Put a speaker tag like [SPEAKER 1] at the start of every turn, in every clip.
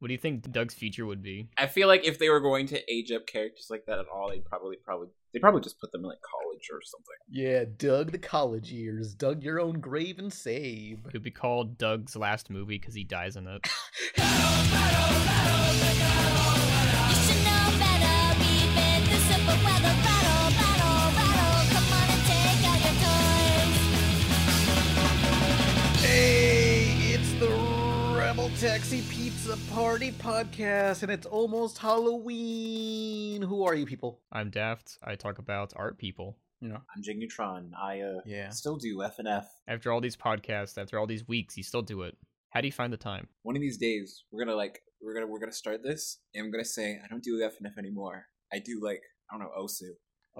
[SPEAKER 1] What do you think Doug's future would be?
[SPEAKER 2] I feel like if they were going to age up characters like that at all, they probably probably they probably just put them in like college or something.
[SPEAKER 3] Yeah, Doug the college years. Doug your own grave and save.
[SPEAKER 1] It would be called Doug's last movie because he dies in it.
[SPEAKER 3] Hey, it's the Rebel Taxi Pizza Party Podcast, and it's almost Halloween. Who are you people?
[SPEAKER 1] I'm Daft. I talk about art people.
[SPEAKER 2] I'm Jing Neutron. I uh,
[SPEAKER 3] Yeah.
[SPEAKER 2] still do F and F.
[SPEAKER 1] After all these podcasts, after all these weeks, you still do it. How do you find the time?
[SPEAKER 2] One of these days, we're gonna like we're gonna we're gonna start this, and I'm gonna say I don't do F and F anymore. I do like I don't know Osu.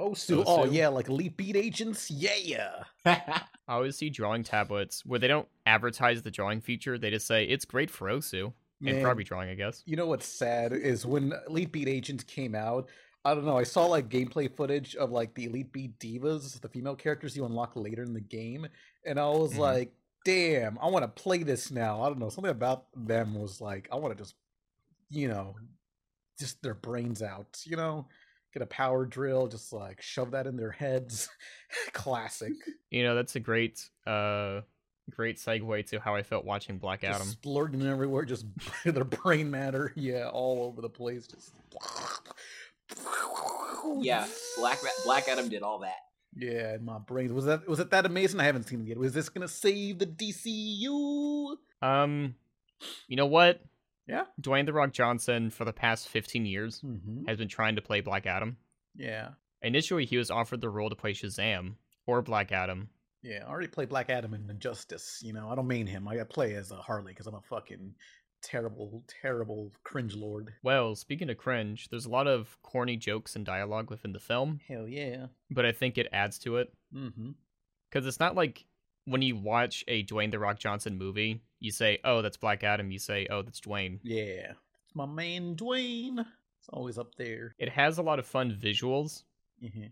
[SPEAKER 3] Oh, Sue.
[SPEAKER 1] Osu.
[SPEAKER 3] Oh, yeah, like Elite Beat Agents. Yeah.
[SPEAKER 1] I always see drawing tablets where they don't advertise the drawing feature. They just say it's great for Osu and
[SPEAKER 3] Man,
[SPEAKER 1] probably drawing, I guess.
[SPEAKER 3] You know what's sad is when Elite Beat Agents came out, I don't know, I saw like gameplay footage of like the Elite Beat Divas, the female characters you unlock later in the game, and I was
[SPEAKER 1] Mhm.
[SPEAKER 3] like, damn, I want to play this now. I don't know, something about them was like, I want to just, you know, just their brains out, you know? Get a power drill, just like shove that in their heads. Classic.
[SPEAKER 1] You know, that's a great, uh, great segue to how I felt watching Black Adam.
[SPEAKER 3] Just splurting everywhere, just their brain matter, yeah, all over the place. Just
[SPEAKER 2] yeah, Black Ma- Black Adam did all that.
[SPEAKER 3] Yeah, in my brain was that was it that amazing? I haven't seen it yet. Was this gonna save the DCU?
[SPEAKER 1] Um, you know what?
[SPEAKER 3] Yeah.
[SPEAKER 1] Dwayne the Rock Johnson for the past 15 years
[SPEAKER 3] Mm-hmm.
[SPEAKER 1] has been trying to play Black Adam.
[SPEAKER 3] Yeah,
[SPEAKER 1] Initially, he was offered the role to play Shazam or Black Adam.
[SPEAKER 3] yeah. I already played Black Adam in Injustice. You know, I don't mean him. I play as a Harley because I'm a fucking terrible, terrible cringe lord.
[SPEAKER 1] Well, speaking of cringe, there's a lot of corny jokes and dialogue within the film,
[SPEAKER 3] Hell yeah.
[SPEAKER 1] but I think it adds to it
[SPEAKER 3] Mm-hmm.
[SPEAKER 1] because it's not like when you watch a Dwayne the Rock Johnson movie, you say, "Oh, that's Black Adam." You say, "Oh, that's Dwayne."
[SPEAKER 3] Yeah, it's my man Dwayne. It's always up there.
[SPEAKER 1] It has a lot of fun visuals,
[SPEAKER 3] Mm-hmm.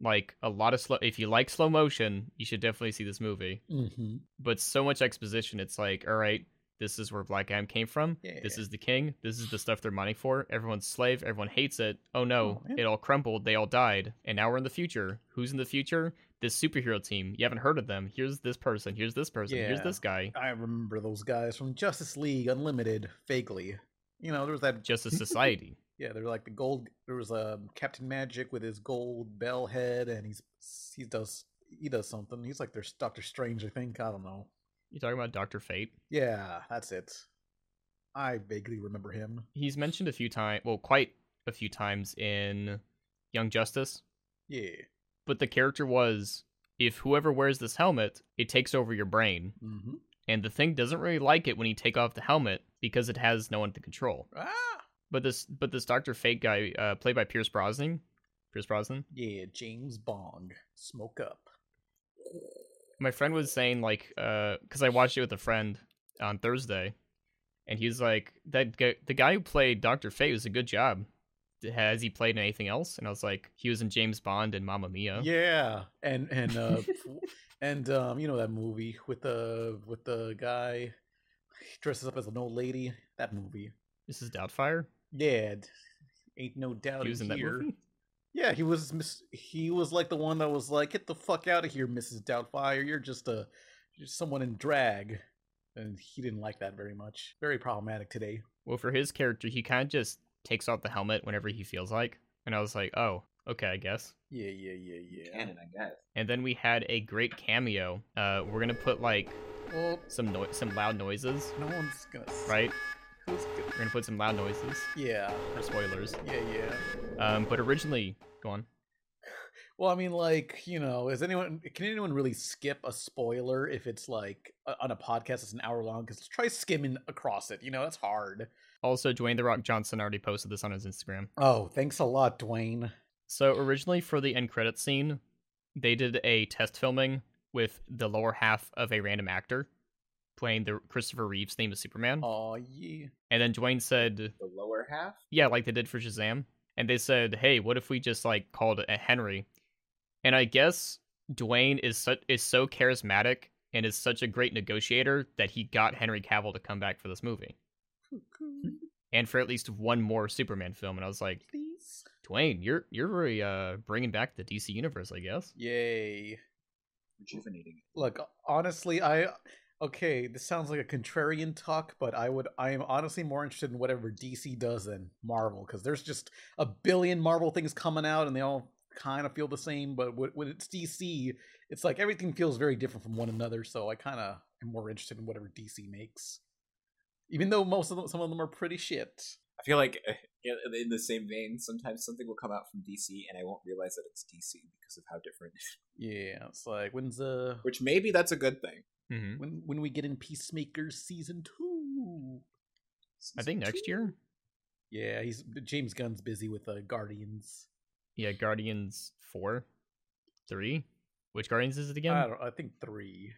[SPEAKER 1] like a lot of slow. If you like slow motion, you should definitely see this movie.
[SPEAKER 3] Mm-hmm.
[SPEAKER 1] but so much exposition. It's like, all right, this is where Black Adam came from.
[SPEAKER 3] Yeah,
[SPEAKER 1] This
[SPEAKER 3] yeah.
[SPEAKER 1] is the king. This is the stuff they're mining for. Everyone's slave. Everyone hates it. Oh no,
[SPEAKER 3] Oh, man.
[SPEAKER 1] it all crumbled. They all died. And now we're in the future. Who's in the future? This superhero team. You haven't heard of them. Here's this person. Here's this person. Here's
[SPEAKER 3] Yeah.
[SPEAKER 1] this guy.
[SPEAKER 3] I remember those guys from Justice League Unlimited, vaguely. You know, there was that.
[SPEAKER 1] Justice Society.
[SPEAKER 3] Yeah, they're like the gold. There was um, Captain Magic with his gold bell head, and he's he does he does something. He's like their Doctor Strange, I think. I don't know.
[SPEAKER 1] you talking about Doctor Fate?
[SPEAKER 3] Yeah, that's it. I vaguely remember him.
[SPEAKER 1] He's mentioned a few times. Well, quite a few times in Young Justice.
[SPEAKER 3] Yeah.
[SPEAKER 1] But the character was, if whoever wears this helmet, it takes over your brain.
[SPEAKER 3] Mm-hmm.
[SPEAKER 1] and the thing doesn't really like it when you take off the helmet because it has no one to control.
[SPEAKER 3] Ah.
[SPEAKER 1] But this, but this Doctor Fate guy, uh, played by Pierce Brosnan, Pierce Brosnan.
[SPEAKER 3] Yeah, James Bong. Smoke up.
[SPEAKER 1] My friend was saying like, uh, because I watched it with a friend on Thursday, and he was like, that guy, the guy who played Doctor Fate was a good job. Has he played in anything else? And I was like, he was in James Bond and Mamma Mia.
[SPEAKER 3] Yeah, and and uh, w- and um, you know that movie with the with the guy he dresses up as an old lady. That movie.
[SPEAKER 1] This is Doubtfire.
[SPEAKER 3] Yeah, d- ain't no doubt
[SPEAKER 1] He was in that
[SPEAKER 3] here.
[SPEAKER 1] movie.
[SPEAKER 3] Yeah, he was mis- he was like the one that was like, "Get the fuck out of here, Mrs. Doubtfire. You're just a you're someone in drag." And he didn't like that very much. Very problematic today.
[SPEAKER 1] Well, for his character, he kind of just takes off the helmet whenever he feels like. And I was like, oh, okay, I guess.
[SPEAKER 3] Yeah, yeah, yeah, yeah.
[SPEAKER 2] Canon, I guess.
[SPEAKER 1] and then we had a great cameo. Uh, we're gonna put like
[SPEAKER 3] Well,
[SPEAKER 1] some no- some loud noises,
[SPEAKER 3] no one's gonna s-
[SPEAKER 1] right?
[SPEAKER 3] who's gonna-
[SPEAKER 1] We're gonna put some loud noises
[SPEAKER 3] Yeah,
[SPEAKER 1] for spoilers.
[SPEAKER 3] yeah, yeah.
[SPEAKER 1] Um, but originally, go on.
[SPEAKER 3] Well, I mean, like you know, is anyone can anyone really skip a spoiler if it's like uh, on a podcast that's an hour long? Because try skimming across it. You know, that's hard.
[SPEAKER 1] Also, Dwayne the Rock Johnson already posted this on his Instagram.
[SPEAKER 3] Oh, thanks a lot, Dwayne.
[SPEAKER 1] So originally, for the end credit scene, they did a test filming with the lower half of a random actor playing the Christopher Reeves theme of Superman,
[SPEAKER 3] Oh yeah.
[SPEAKER 1] and then Dwayne said,
[SPEAKER 2] The lower half.
[SPEAKER 1] yeah, like they did for Shazam. And they said, hey, what if we just like called it a Henry? And I guess Dwayne is such is so charismatic and is such a great negotiator that he got Henry Cavill to come back for this movie. and for at least one more Superman film. And I was like,
[SPEAKER 3] Please.
[SPEAKER 1] Dwayne, you're you're really uh, bringing back the DC universe, I guess.
[SPEAKER 3] Yay.
[SPEAKER 4] rejuvenating it.
[SPEAKER 3] Look, honestly, I okay, this sounds like a contrarian talk, but I would I am honestly more interested in whatever DC does than Marvel cuz there's just a billion Marvel things coming out and they all kind of feel the same, but when when it's DC, it's like everything feels very different from one another, so I kind of am more interested in whatever DC makes. Even though most of them, some of them are pretty shit.
[SPEAKER 4] I feel like uh, yeah, in the same vein, sometimes something will come out from DC and I won't realize that it's DC because of how different.
[SPEAKER 3] Yeah, it's like when's the
[SPEAKER 4] Which maybe that's a good thing.
[SPEAKER 1] Mm-hmm.
[SPEAKER 3] when when we get in Peacemaker season 2?
[SPEAKER 1] I think next year.
[SPEAKER 3] Yeah, he's James Gunn's busy with uh, Guardians.
[SPEAKER 1] Yeah, Guardians four, three. Which Guardians is it
[SPEAKER 3] I
[SPEAKER 1] again?
[SPEAKER 3] don't. I think three.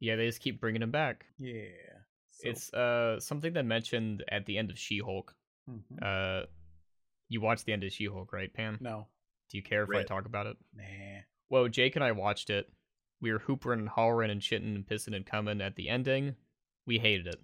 [SPEAKER 1] Yeah, they just keep bringing them back.
[SPEAKER 3] Yeah. So-
[SPEAKER 1] It's uh something that mentioned at the end of She-Hulk.
[SPEAKER 3] Mhm.
[SPEAKER 1] Uh, you watched the end of She-Hulk, right, Pam?
[SPEAKER 3] no.
[SPEAKER 1] Do you care if I
[SPEAKER 4] Right.
[SPEAKER 1] talk about it?
[SPEAKER 3] Nah.
[SPEAKER 1] Well, Jake and I watched it. We were hoopering and hollering and shitting and pissing and coming at the ending. We hated it.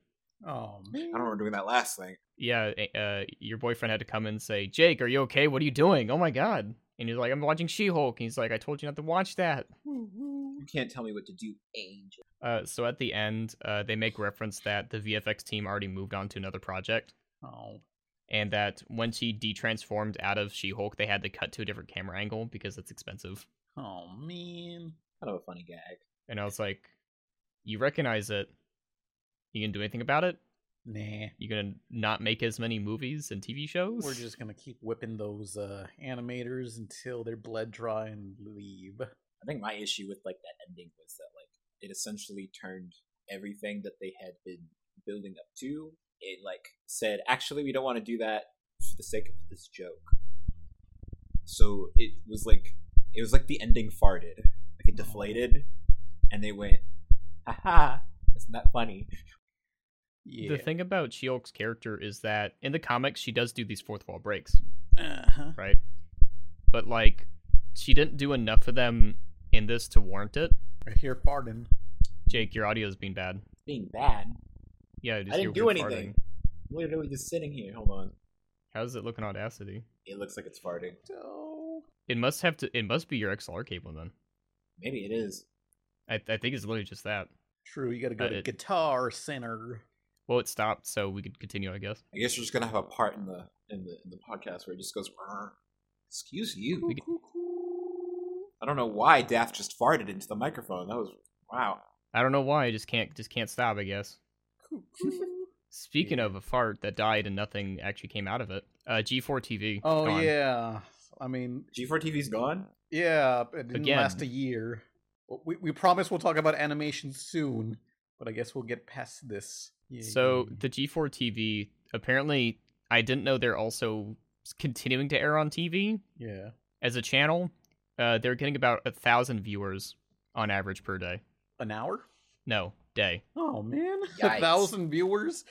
[SPEAKER 3] Oh man.
[SPEAKER 4] I don't remember doing that last thing.
[SPEAKER 1] Yeah, a- uh, your boyfriend had to come in and say, Jake, are you okay? What are you doing? Oh my god. And he's like, I'm watching She Hulk. And he's like, I told you not to watch that.
[SPEAKER 4] You can't tell me what to do, Angel.
[SPEAKER 1] Uh, so at the end, uh, they make reference that the VFX team already moved on to another project.
[SPEAKER 3] Oh.
[SPEAKER 1] And that when she de-transformed out of She Hulk, they had to cut to a different camera angle because it's expensive.
[SPEAKER 3] Oh man.
[SPEAKER 4] Kind of a funny gag.
[SPEAKER 1] And I was like, You recognize it. You can do anything about it?
[SPEAKER 3] Nah.
[SPEAKER 1] You gonna not make as many movies and TV shows?
[SPEAKER 3] We're just gonna keep whipping those uh, animators until they're bled dry and leave.
[SPEAKER 4] I think my issue with like that ending was that like it essentially turned everything that they had been building up to. It like said, actually, we don't want to do that for the sake of this joke. So it was like it was like the ending farted, like it deflated, and they went, haha, isn't that funny?
[SPEAKER 3] Yeah.
[SPEAKER 1] The thing about She-Hulk's character is that in the comics she does do these fourth wall breaks,
[SPEAKER 3] Uh-huh.
[SPEAKER 1] right? But like she didn't do enough of them in this to warrant it.
[SPEAKER 3] I hear pardon.
[SPEAKER 1] Jake, your audio is being bad.
[SPEAKER 4] Being bad.
[SPEAKER 1] Yeah, just
[SPEAKER 4] I
[SPEAKER 1] your
[SPEAKER 4] didn't do
[SPEAKER 1] weird
[SPEAKER 4] anything.
[SPEAKER 1] farting.
[SPEAKER 4] I'm literally just sitting here. Hold on.
[SPEAKER 1] How's it looking on Audacity?
[SPEAKER 4] It looks like it's farting.
[SPEAKER 3] So
[SPEAKER 1] It must have to. It must be your XLR cable then.
[SPEAKER 4] Maybe it is.
[SPEAKER 1] I, I think it's literally just that.
[SPEAKER 3] true. You gotta go
[SPEAKER 1] Uh,
[SPEAKER 3] to
[SPEAKER 1] it-
[SPEAKER 3] Guitar Center.
[SPEAKER 1] Well, it stopped, so we could continue, I guess.
[SPEAKER 4] I guess we're just gonna have a part in the in the in the podcast where it just goes. "Brr." Excuse you.
[SPEAKER 1] We could-
[SPEAKER 4] I don't know why Daft just farted into the microphone. That was wow.
[SPEAKER 1] I don't know why. I just can't. Just can't stop. I guess. Speaking of a fart that died and nothing actually came out of it, uh, G4 TV.
[SPEAKER 3] Oh
[SPEAKER 1] gone.
[SPEAKER 3] yeah. I mean,
[SPEAKER 4] G4 TV's gone.
[SPEAKER 3] Yeah, it didn't
[SPEAKER 1] Again.
[SPEAKER 3] last a year. W- We we promise we'll talk about animation soon, but I guess we'll get past this. Yeah,
[SPEAKER 1] So
[SPEAKER 3] yeah.
[SPEAKER 1] the G4 TV apparently I didn't know they're also continuing to air on TV
[SPEAKER 3] yeah,
[SPEAKER 1] as a channel. Uh, they're getting about a thousand viewers on average per day.
[SPEAKER 3] an hour.
[SPEAKER 1] No day.
[SPEAKER 3] Oh man, a
[SPEAKER 4] Yikes.
[SPEAKER 3] thousand viewers.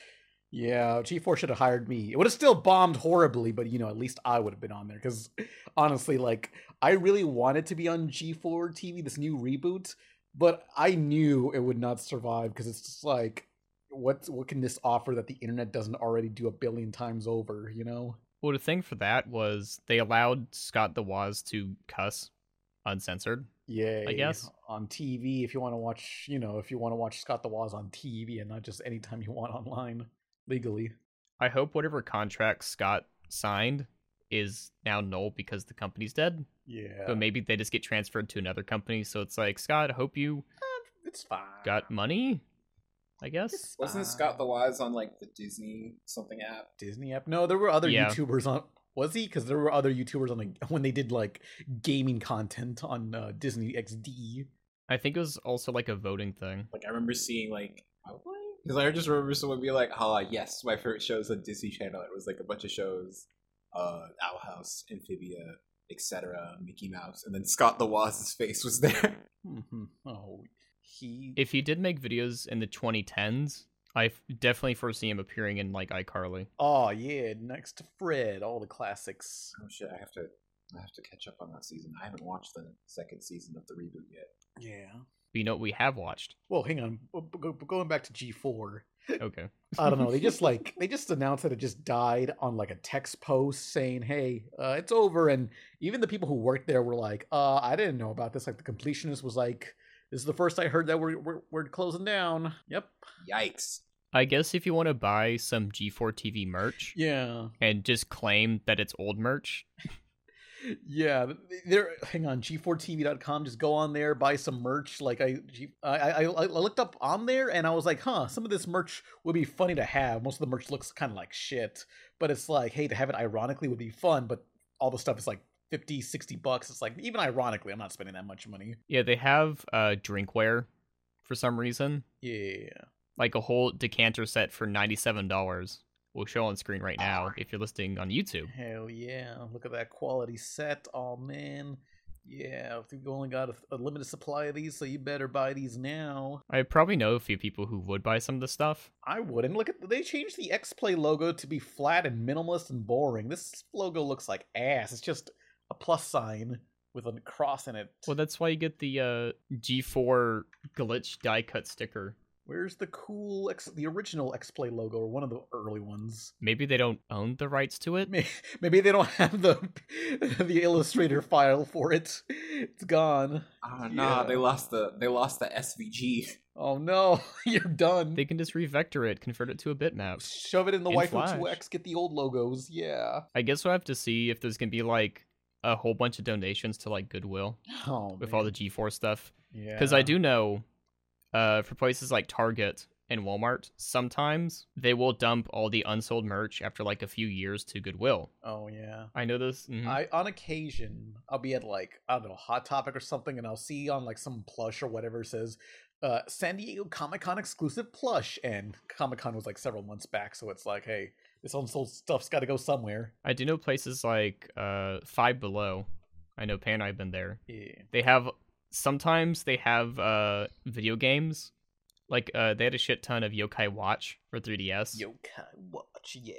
[SPEAKER 3] Yeah, G4 should have hired me. It would have still bombed horribly, but you know, at least I would have been on there. Because honestly, like, I really wanted to be on G4 TV, this new reboot, but I knew it would not survive because it's just like, what what can this offer that the internet doesn't already do a billion times over? You know.
[SPEAKER 1] Well, the thing for that was they allowed Scott the Waz to cuss uncensored.
[SPEAKER 3] Yeah,
[SPEAKER 1] guess.
[SPEAKER 3] on TV if you want to watch, you know, if you want to watch Scott the Waz on TV and not just anytime you want online legally.
[SPEAKER 1] I hope whatever contract Scott signed is now null because the company's dead.
[SPEAKER 3] Yeah,
[SPEAKER 1] But maybe they just get transferred to another company. So it's like, Scott, I hope you
[SPEAKER 3] Uh, it's fine.
[SPEAKER 1] got money, I guess.
[SPEAKER 3] It's
[SPEAKER 4] Wasn't
[SPEAKER 3] fine.
[SPEAKER 4] Scott the Wise on like the Disney something app?
[SPEAKER 3] Disney app? No, there were other
[SPEAKER 1] Yeah.
[SPEAKER 3] YouTubers on. Was he? Because there were other YouTubers on the, when they did like gaming content on uh, Disney XD.
[SPEAKER 1] I think it was also like a voting thing.
[SPEAKER 4] Like I remember seeing like because I just remember someone be like, "Ah, yes, my favorite shows on Disney Channel." It was like a bunch of shows, uh, Owl House, Amphibia, etc., Mickey Mouse, and then Scott the Waz's face was there.
[SPEAKER 3] Mhm. Oh, he.
[SPEAKER 1] If he did make videos in the 2010s, I f- definitely foresee him appearing in like iCarly.
[SPEAKER 3] oh yeah, next to Fred, all the classics.
[SPEAKER 4] Oh shit! I have to, I have to catch up on that season. I haven't watched the second season of the reboot yet.
[SPEAKER 3] Yeah.
[SPEAKER 1] But you know what we have watched?
[SPEAKER 3] Well, hang on. b- b- go- Going back to G4,
[SPEAKER 1] Okay.
[SPEAKER 3] I don't know. They just like they just announced that it just died on like a text post saying, "Hey, uh, it's over." And even the people who worked there were like, "Uh, I didn't know about this." Like the completionist was like, "This is the first I heard that we're we're, we're closing down." Yep.
[SPEAKER 2] Yikes.
[SPEAKER 1] I guess if you want to buy some G4 TV merch
[SPEAKER 3] Yeah.
[SPEAKER 1] and just claim that it's old merch,
[SPEAKER 3] Yeah. There. Hang on. G4TV.com. Just go on there, buy some merch. Like I, G, I, I, I looked up on there, and I was like, "Huh, some of this merch would be funny to have." Most of the merch looks kind of like shit, but it's like, hey, to have it ironically would be fun. But all the stuff is like 50, 60 bucks. It's like even ironically, I'm not spending that much money.
[SPEAKER 1] yeah, they have uh drinkware for some reason,
[SPEAKER 3] Yeah.
[SPEAKER 1] like a whole decanter set for ninety-seven dollars. We'll show on screen right now if you're listening on YouTube.
[SPEAKER 3] Hell yeah! Look at that quality set. Oh man. Yeah, if you only got a, a limited supply of these, so you better buy these now.
[SPEAKER 1] I probably know a few people who would buy some of this stuff.
[SPEAKER 3] I wouldn't. Look at they changed the X Play logo to be flat and minimalist and boring. This logo looks like ass. It's just a plus sign with a cross in it.
[SPEAKER 1] Well, that's why you get the uh, G4 glitch die cut sticker.
[SPEAKER 3] Where's the cool X, the original X Play logo or one of the early ones?
[SPEAKER 1] Maybe they don't own the rights to it.
[SPEAKER 3] May- Maybe they don't have the the Illustrator file for it. It's gone.
[SPEAKER 2] Ah, nah,
[SPEAKER 3] Yeah.
[SPEAKER 2] they lost the they lost the SVG.
[SPEAKER 3] Oh no, you're done.
[SPEAKER 1] They can just revector it, convert it to a bitmap.
[SPEAKER 3] Shove it in the
[SPEAKER 1] In
[SPEAKER 3] Waifu
[SPEAKER 1] Flash.
[SPEAKER 3] 2X. Get the old logos. Yeah.
[SPEAKER 1] I guess we'll have to see if there's gonna be like a whole bunch of donations to like Goodwill
[SPEAKER 3] Oh,
[SPEAKER 1] with all the
[SPEAKER 3] man.
[SPEAKER 1] G4 stuff.
[SPEAKER 3] yeah.
[SPEAKER 1] Because I do know, uh, for places like Target and Walmart, sometimes they will dump all the unsold merch after like a few years to Goodwill.
[SPEAKER 3] Oh yeah.
[SPEAKER 1] I know this. mhm.
[SPEAKER 3] I on occasion I'll be at like I don't know Hot Topic or something, and I'll see on like some plush or whatever it says uh, San Diego Comic Con exclusive plush, and Comic Con was like several months back, so it's like, hey, this unsold stuff's got to go somewhere.
[SPEAKER 1] I do know places like uh, Five Below. I know Pan. and I've been there.
[SPEAKER 3] Yeah.
[SPEAKER 1] They have sometimes they have uh, video games. Like uh, they had a shit ton of Yokai Watch for 3DS.
[SPEAKER 3] Yokai Watch, yeah.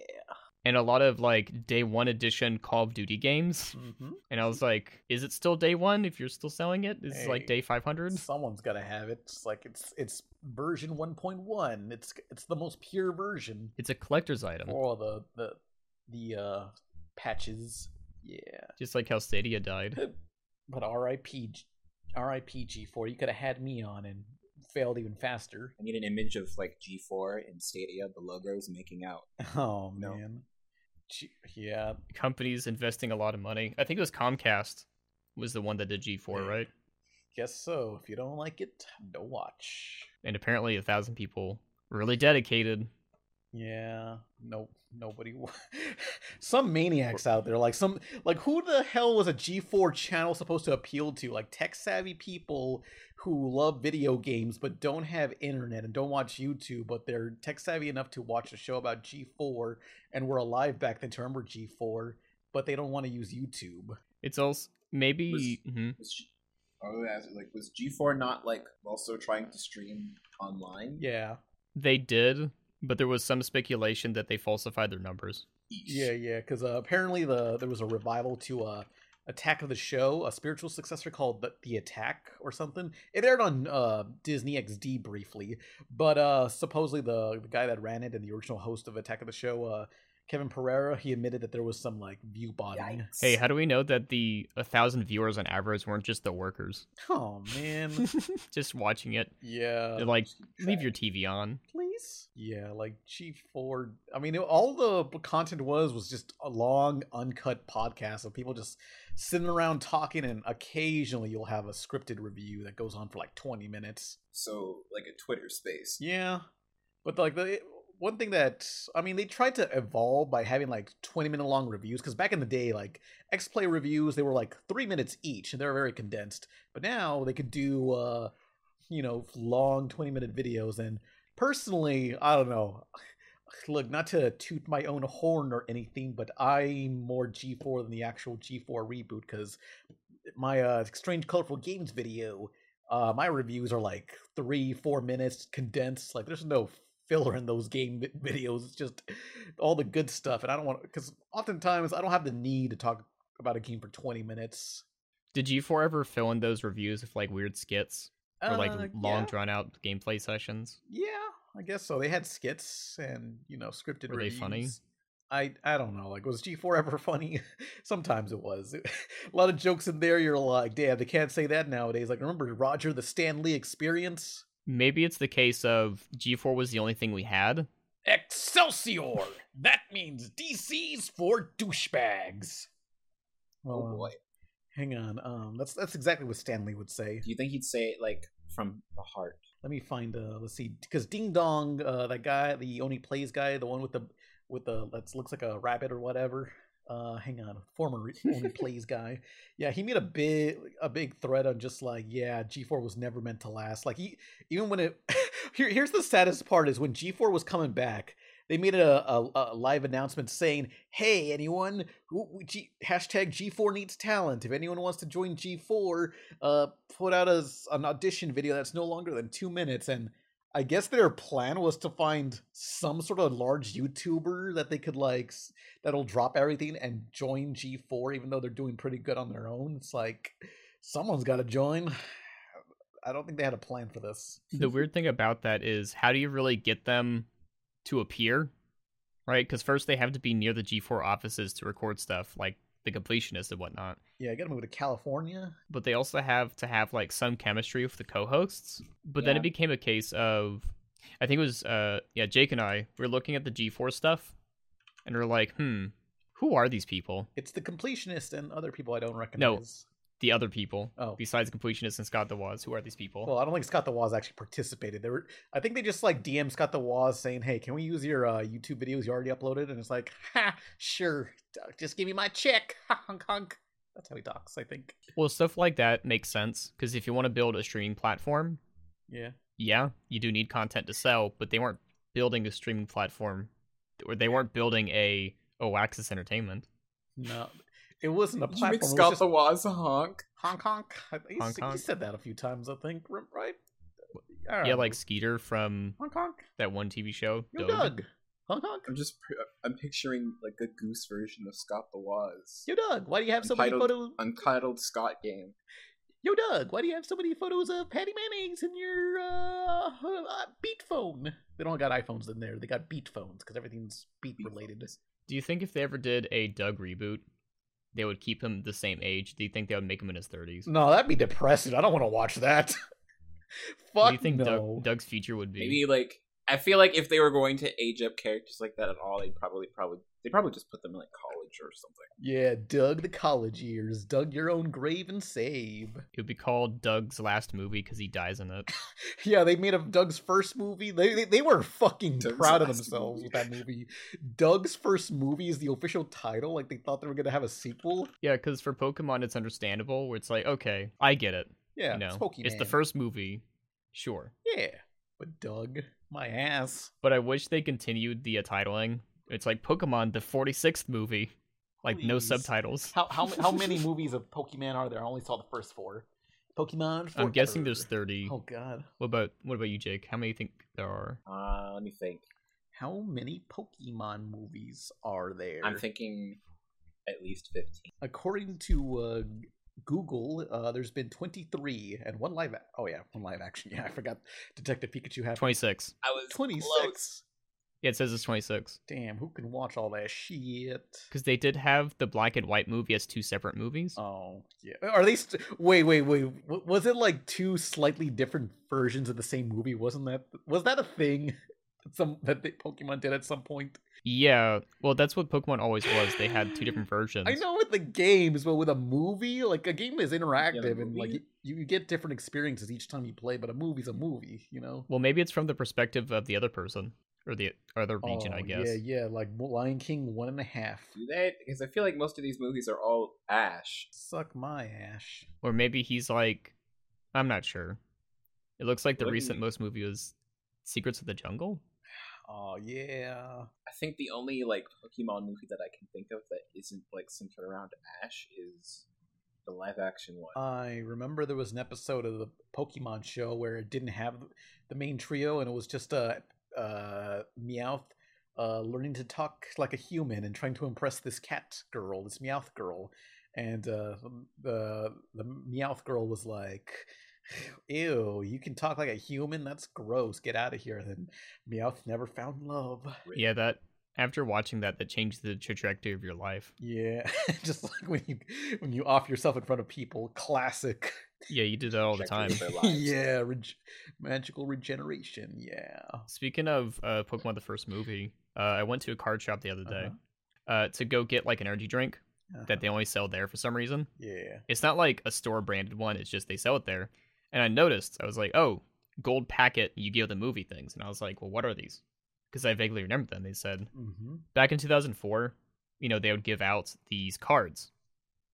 [SPEAKER 1] and a lot of like day one edition Call of Duty games.
[SPEAKER 3] hmm
[SPEAKER 1] And I was like, is it still day one if you're still selling it? Is it like
[SPEAKER 3] Hey.
[SPEAKER 1] day 500?
[SPEAKER 3] Someone's got to have it. It's like it's it's version one point one. It's it's the most pure version
[SPEAKER 1] It's a collector's item,
[SPEAKER 3] for all the the the uh, patches. Yeah.
[SPEAKER 1] just like how Stadia died.
[SPEAKER 3] But RIP, G- RIP G4, you could have had me on and failed even faster.
[SPEAKER 2] I need an image of like G4 and Stadia, the logos making out.
[SPEAKER 3] Oh
[SPEAKER 2] No.
[SPEAKER 3] man, G- yeah,
[SPEAKER 1] Companies investing a lot of money. I think it was Comcast was the one that did G4,
[SPEAKER 3] Yeah.
[SPEAKER 1] right?
[SPEAKER 3] guess so. If you don't like it, don't watch.
[SPEAKER 1] And apparently a thousand people really dedicated.
[SPEAKER 3] Yeah, nope, nobody. wa- some maniacs out there, like some, like who the hell was a G4 channel supposed to appeal to? Like tech savvy people who love video games but don't have internet and don't watch YouTube, but they're tech savvy enough to watch a show about G4 and were alive back then to remember G4, but they don't want to use YouTube.
[SPEAKER 1] It's also maybe
[SPEAKER 2] Was-
[SPEAKER 1] mhm.
[SPEAKER 2] Was G- oh, I was gonna ask, like was G4 not like also trying to stream online?
[SPEAKER 3] Yeah,
[SPEAKER 1] they did, but there was some speculation that they falsified their numbers.
[SPEAKER 2] Eesh.
[SPEAKER 3] yeah, yeah. Because uh, apparently the there was a revival to uh, Attack of the Show, a spiritual successor called the, the Attack or something. It aired on uh, Disney XD briefly, but uh, supposedly the, the guy that ran it and the original host of Attack of the Show, uh, Kevin Pereira, he admitted that there was some like view botting.
[SPEAKER 2] Yikes.
[SPEAKER 1] Hey, how do we know that the a thousand viewers on average weren't just the workers?
[SPEAKER 3] Oh man,
[SPEAKER 1] just watching it.
[SPEAKER 3] yeah.
[SPEAKER 1] They're like,
[SPEAKER 2] Just keep
[SPEAKER 1] leave
[SPEAKER 2] track.
[SPEAKER 1] your TV on.
[SPEAKER 3] please? Yeah, like G4. I mean, all the content was was just a long, uncut podcast of people just sitting around talking, and occasionally you'll have a scripted review that goes on for like 20 minutes.
[SPEAKER 2] so like a Twitter space.
[SPEAKER 3] Yeah, but like the one thing that I mean, they tried to evolve by having like 20 minute long reviews because back in the day, like X Play reviews, they were like three minutes each, and they were very condensed. But now they could do, uh, you know, long 20 minute videos. And personally, I don't know. Look, not to toot my own horn or anything, but I'm more G4 than the actual G4 reboot because my uh, Strange Colorful Games video uh, my reviews are like three, four minutes condensed. Like, there's no filler in those game vi- videos. It's just all the good stuff. And I don't want because oftentimes I don't have the need to talk about a game for 20 minutes.
[SPEAKER 1] Did G4 ever fill in those reviews with like weird skits or like
[SPEAKER 3] Uh,
[SPEAKER 1] long
[SPEAKER 3] yeah,
[SPEAKER 1] drawn out gameplay sessions?
[SPEAKER 3] yeah, I guess so. They had skits and you know scripted.
[SPEAKER 1] Were they
[SPEAKER 3] reviews.
[SPEAKER 1] funny?
[SPEAKER 3] I I don't know. Like, was G four ever funny? Sometimes it was. a lot of jokes in there. You're like, damn, they can't say that nowadays. Like, remember Roger the Stan Lee Experience?
[SPEAKER 1] Maybe it's the case of G4 was the only thing we had.
[SPEAKER 3] Excelsior. that means DC's for douchebags.
[SPEAKER 2] Oh boy.
[SPEAKER 3] Hang on. Um, that's that's exactly what Stan Lee would say.
[SPEAKER 2] Do you think he'd say it like from the heart?
[SPEAKER 3] let me find uh let's see because ding dong uh that guy the only plays guy the one with the with the that looks like a rabbit or whatever uh hang on former re- only plays guy yeah he made a big a big thread on just like yeah g4 was never meant to last like he even when it here, here's the saddest part is when g4 was coming back they made a, a, a live announcement saying hey anyone who, who- G, hashtag g4 needs talent if anyone wants to join g4 uh, put out a, s- an audition video that's no longer than two minutes and i guess their plan was to find some sort of large youtuber that they could like s- that'll drop everything and join g4 even though they're doing pretty good on their own it's like someone's got to join i don't think they had a plan for this
[SPEAKER 1] the weird thing about that is how do you really get them to appear right because first they have to be near the g4 offices to record stuff like the completionist and whatnot
[SPEAKER 3] yeah i gotta move to california
[SPEAKER 1] but they also have to have like some chemistry with the co-hosts but then
[SPEAKER 2] Yeah.
[SPEAKER 1] it became a case of i think it was uh yeah jake and i we were looking at the g4 stuff and we are like hmm who are these people
[SPEAKER 3] it's the completionist and other people i don't recognize
[SPEAKER 1] the other people
[SPEAKER 3] oh
[SPEAKER 1] besides completionist and scott the was who are these people
[SPEAKER 3] Well, I don't think Scott the Waz actually participated. They were, I think they just like DM Scott the Waz saying, "Hey, can we use your uh, YouTube videos you already uploaded?" And it's like, "Ha, sure, D- just give me my check." honk honk. That's how he talks, I think.
[SPEAKER 1] well stuff like that makes sense because if you want to build a streaming platform
[SPEAKER 3] Yeah,
[SPEAKER 1] yeah, you do need content to sell, but they weren't building a streaming platform, or they weren't building a Oaxis Entertainment.
[SPEAKER 3] no, it wasn't a platform. it was just
[SPEAKER 2] Waz a honk.
[SPEAKER 3] honk honk. I- He,
[SPEAKER 1] Honk,
[SPEAKER 3] s- he
[SPEAKER 1] honk.
[SPEAKER 3] said that a few times, I think. r- Right? I don't
[SPEAKER 1] Yeah,
[SPEAKER 3] know.
[SPEAKER 1] like Skeeter from
[SPEAKER 3] honk honk.
[SPEAKER 1] that one TV show.
[SPEAKER 3] Yo,
[SPEAKER 1] Doug.
[SPEAKER 3] Doug. Honk honk.
[SPEAKER 2] I'm just pr- I'm picturing like a goose version of Scott the Waz.
[SPEAKER 3] Yo, Doug. Why do you have so many
[SPEAKER 2] Entitled-
[SPEAKER 3] photos?
[SPEAKER 2] Untitled Scott game.
[SPEAKER 3] Yo, Doug, why do you have so many photos of Patty Mayonnaise in your uh, uh, beat phone? They don't got iPhones in there. They got beat phones because everything's beat
[SPEAKER 2] Beat
[SPEAKER 3] related.
[SPEAKER 1] Do you think if they ever did a Doug reboot, they would keep him the same age? Do you think they would make him in his thirties?
[SPEAKER 3] No, that'd be depressing. I don't want to watch that. Fuck
[SPEAKER 1] do you think
[SPEAKER 3] no.
[SPEAKER 1] Doug, Doug's future would be?
[SPEAKER 2] Maybe like I feel like if they were going to age up characters like that at all, they'd probably probably they probably just put them in like college or something.
[SPEAKER 3] yeah, Doug the college years. Doug your own grave and save.
[SPEAKER 1] It would be called Doug's last movie because he dies in it.
[SPEAKER 3] Yeah, they made up Doug's first movie. They they, they were fucking
[SPEAKER 2] Doug's
[SPEAKER 3] proud of
[SPEAKER 2] last
[SPEAKER 3] themselves
[SPEAKER 2] movie.
[SPEAKER 3] with that movie. Doug's first movie is the official title. Like they thought they were gonna have a sequel.
[SPEAKER 1] yeah, because for Pokemon, it's understandable. Where it's like, okay, I get it.
[SPEAKER 3] Yeah,
[SPEAKER 1] you know,
[SPEAKER 3] it's
[SPEAKER 1] it's the
[SPEAKER 3] Pokemon.
[SPEAKER 1] first movie, sure.
[SPEAKER 3] Yeah, but Doug, my ass.
[SPEAKER 1] but I wish they continued the uh, titling. It's like Pokemon, the 46th movie, like no
[SPEAKER 3] Please.
[SPEAKER 1] subtitles.
[SPEAKER 3] How how how many movies of Pokemon are there? I only saw the first four. Pokemon.
[SPEAKER 1] I'm guessing there's
[SPEAKER 3] forever.
[SPEAKER 1] 30.
[SPEAKER 3] Oh God,
[SPEAKER 1] What about what about you, Jake? How many you think there are?
[SPEAKER 2] Uh, let me think.
[SPEAKER 3] how many Pokemon movies are there?
[SPEAKER 2] I'm thinking at least fifteen.
[SPEAKER 3] According to uh, Google, uh, there's been 23 and one live. ac- oh yeah, one live action. Yeah, I forgot. Detective Pikachu had
[SPEAKER 1] 26.
[SPEAKER 2] I was
[SPEAKER 3] 26.
[SPEAKER 2] close.
[SPEAKER 1] Yeah, it says it's 26
[SPEAKER 3] Damn, who can watch all that shit?
[SPEAKER 1] because they did have the black and white movie as two separate movies.
[SPEAKER 3] Oh yeah, are they? St- wait, wait, wait. W- was it like two slightly different versions of the same movie? Wasn't that? Was that a thing? that Some that the Pokemon did at some point.
[SPEAKER 1] Yeah, well, that's what Pokemon always was. They had two different versions.
[SPEAKER 3] I know with the games, but with a movie, like a game is interactive and like
[SPEAKER 2] movie.
[SPEAKER 3] you, you get different experiences each time you play. But a movie's a movie, you know.
[SPEAKER 1] Well, maybe it's from the perspective of the other person or the other region, I
[SPEAKER 3] Oh,
[SPEAKER 1] guess.
[SPEAKER 3] Yeah, yeah, like Lion King one and a half.
[SPEAKER 2] Do they? Because I feel like most of these movies are all Ash.
[SPEAKER 3] Suck my ash.
[SPEAKER 1] Or maybe he's like, I'm not sure. It looks like the
[SPEAKER 2] Wouldn't-
[SPEAKER 1] recent most movie was Secrets of the Jungle.
[SPEAKER 3] Oh yeah.
[SPEAKER 2] I think the only like Pokemon movie that I can think of that isn't like centered around Ash is the live action one.
[SPEAKER 3] I remember there was an episode of the Pokemon show where it didn't have the main trio and it was just a uh, Meowth uh, learning to talk like a human and trying to impress this cat girl, this Meowth girl. And uh, the the Meowth girl was like, Ew, you can talk like a human. That's gross. Get out of here. And then Meowth never found love.
[SPEAKER 1] Yeah, that after watching that, that changed the trajectory of your life.
[SPEAKER 3] Yeah, just like when you when you off yourself in front of people. Classic.
[SPEAKER 1] Yeah, you do that all the time.
[SPEAKER 2] Trajectory of their lives.
[SPEAKER 3] yeah, reg- magical regeneration. Yeah.
[SPEAKER 1] Speaking of uh, Pokemon the first movie, uh, I went to a card shop the other day uh to go get like an energy drink
[SPEAKER 3] Uh-huh,
[SPEAKER 1] that they only sell there for some reason.
[SPEAKER 3] uh-huh. yeah.
[SPEAKER 1] It's not like a store branded one, it's just they sell it there. And I noticed, I was like, oh, gold packet Yu Gi Oh! the movie things. And I was like, well, what are these? Because I vaguely remembered them. They said,
[SPEAKER 3] Mm-hmm.
[SPEAKER 1] back in 2004 you know they would give out these cards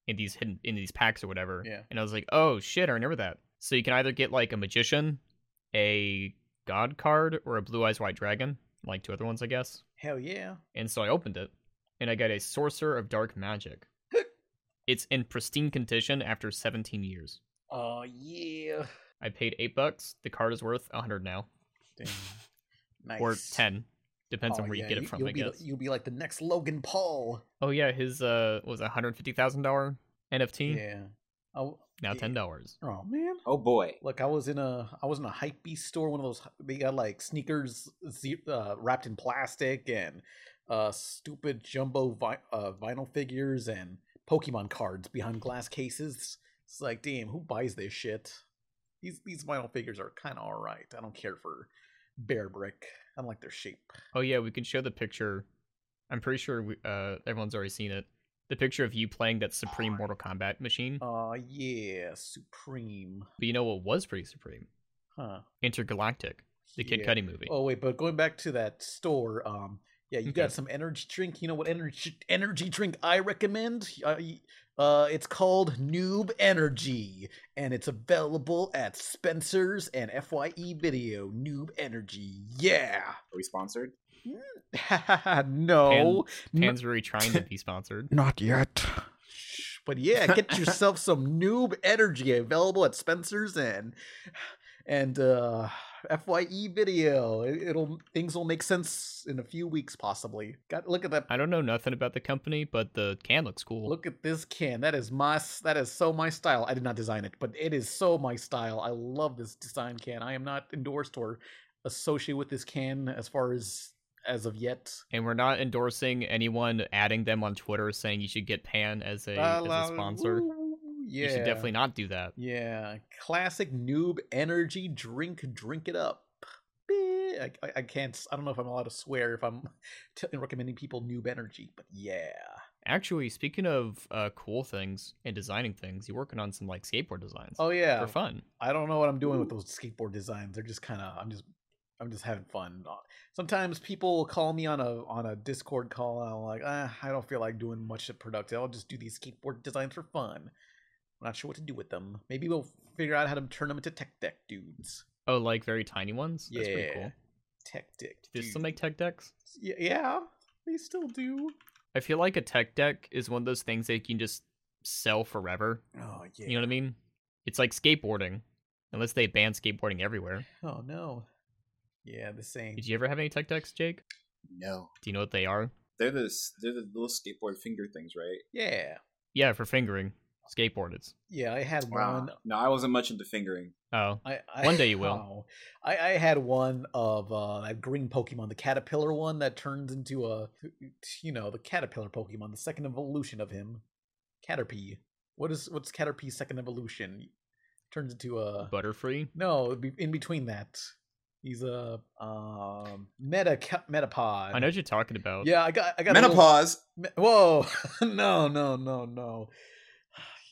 [SPEAKER 1] in these hidden in these packs or whatever
[SPEAKER 3] Yeah.
[SPEAKER 1] and i was like oh shit i remember that so you can either get like a magician a god card or a blue eyes white dragon like two other ones i guess
[SPEAKER 3] Hell yeah.
[SPEAKER 1] and so i opened it and i got a sorcerer of dark magic it's in pristine condition after 17 years
[SPEAKER 3] Oh yeah.
[SPEAKER 1] i paid eight bucks the card is worth 100 now
[SPEAKER 3] Damn. Nice.
[SPEAKER 1] or 10 depends
[SPEAKER 3] Oh,
[SPEAKER 1] on where
[SPEAKER 3] yeah,
[SPEAKER 1] you get it from
[SPEAKER 3] you'll
[SPEAKER 1] i
[SPEAKER 3] be, the-
[SPEAKER 1] guess
[SPEAKER 3] You'll be like the next Logan Paul.
[SPEAKER 1] oh yeah his uh what was a hundred fifty thousand dollar nft
[SPEAKER 3] Yeah. Oh,
[SPEAKER 1] Now
[SPEAKER 3] Yeah.
[SPEAKER 1] ten dollars.
[SPEAKER 3] oh man.
[SPEAKER 2] Oh boy.
[SPEAKER 3] Look, I was in a I was in a hype beast store, one of those hy- they got like sneakers ze- uh, wrapped in plastic and uh stupid jumbo vi- uh, vinyl figures and Pokemon cards behind glass cases. It's like, damn, who buys this shit? These these vinyl figures are kind of all right. I don't care for bear brick. I don't like their shape.
[SPEAKER 1] Oh yeah, we can show the picture. I'm pretty sure we, uh, everyone's already seen it. The picture of you playing that Supreme Mortal Kombat machine.
[SPEAKER 3] Uh yeah, supreme.
[SPEAKER 1] But you know what was pretty supreme?
[SPEAKER 3] Huh.
[SPEAKER 1] Intergalactic, the Kid
[SPEAKER 3] Yeah.
[SPEAKER 1] Cudi movie.
[SPEAKER 3] Oh wait, but going back to that store, um, yeah, you
[SPEAKER 1] Okay.
[SPEAKER 3] got some energy drink. You know what energy energy drink I recommend? Uh, y- uh, it's called Noob Energy, and it's available at Spencer's and Fye Video. Noob Energy, yeah.
[SPEAKER 2] Are we sponsored?
[SPEAKER 3] no, n-
[SPEAKER 1] Pan's really trying to be sponsored.
[SPEAKER 3] not yet. Shh, But yeah, get yourself some noob energy available at Spencer's and and uh FYE video. It, it'll things will make sense in a few weeks possibly. Got look at that
[SPEAKER 1] I don't know nothing about the company, but the can looks cool.
[SPEAKER 3] look at this can. That is my s- that is so my style. I did not design it, but it is so my style. I love this design can. I am not endorsed or associated with this can as far as as of yet.
[SPEAKER 1] and we're not endorsing anyone adding them on Twitter saying you should get Pan as a,
[SPEAKER 3] La, la,
[SPEAKER 1] as a sponsor.
[SPEAKER 3] uh, woo, yeah.
[SPEAKER 1] You should definitely not do that.
[SPEAKER 3] Yeah, classic noob energy drink. Drink it up. Bee- I, I- I can't. s- I don't know if I'm allowed to swear if I'm t- recommending people noob energy, but yeah.
[SPEAKER 1] Actually, speaking of uh, cool things and designing things, you're working on some like skateboard designs
[SPEAKER 3] Oh yeah.
[SPEAKER 1] for fun.
[SPEAKER 3] I don't know what I'm doing with those skateboard designs. They're just kind of. I'm just. I'm just having fun. Uh, Sometimes people will call me on a on a Discord call, and I'm like, ah, I don't feel like doing much productive. I'll just do these skateboard designs for fun. I'm not sure what to do with them. Maybe we'll figure out how to turn them into tech deck dudes.
[SPEAKER 1] Oh, like very tiny ones. That's pretty
[SPEAKER 3] Yeah.
[SPEAKER 1] cool.
[SPEAKER 3] Tech deck.
[SPEAKER 1] Do they still
[SPEAKER 3] dudes.
[SPEAKER 1] make tech decks?
[SPEAKER 3] Y- yeah, they still do.
[SPEAKER 1] I feel like a tech deck is one of those things that you can just sell forever.
[SPEAKER 3] Oh yeah.
[SPEAKER 1] You know what I mean? It's like skateboarding, unless they ban skateboarding everywhere.
[SPEAKER 3] Oh no. Yeah, the same.
[SPEAKER 1] Did you ever have any tech decks, Jake?
[SPEAKER 2] No.
[SPEAKER 1] Do you know what they are?
[SPEAKER 2] They're the s- they're the little skateboard finger things, right?
[SPEAKER 3] Yeah,
[SPEAKER 1] Yeah, for fingering skateboarders.
[SPEAKER 3] yeah. I had one.
[SPEAKER 2] No, I wasn't much into fingering.
[SPEAKER 1] Oh,
[SPEAKER 3] I, I
[SPEAKER 1] One day you will.
[SPEAKER 3] oh. I, I had one of uh, that green Pokemon, the caterpillar one that turns into a, you know, the caterpillar Pokemon, the second evolution of him, Caterpie. What is what's Caterpie's second evolution? Turns into a
[SPEAKER 1] Butterfree.
[SPEAKER 3] no. it'd be- In between that, he's a um, meta metapod.
[SPEAKER 1] I know what you're talking about.
[SPEAKER 3] Yeah, I got I got a little-
[SPEAKER 2] Menopause.
[SPEAKER 3] Me- Whoa! no, no, no, no.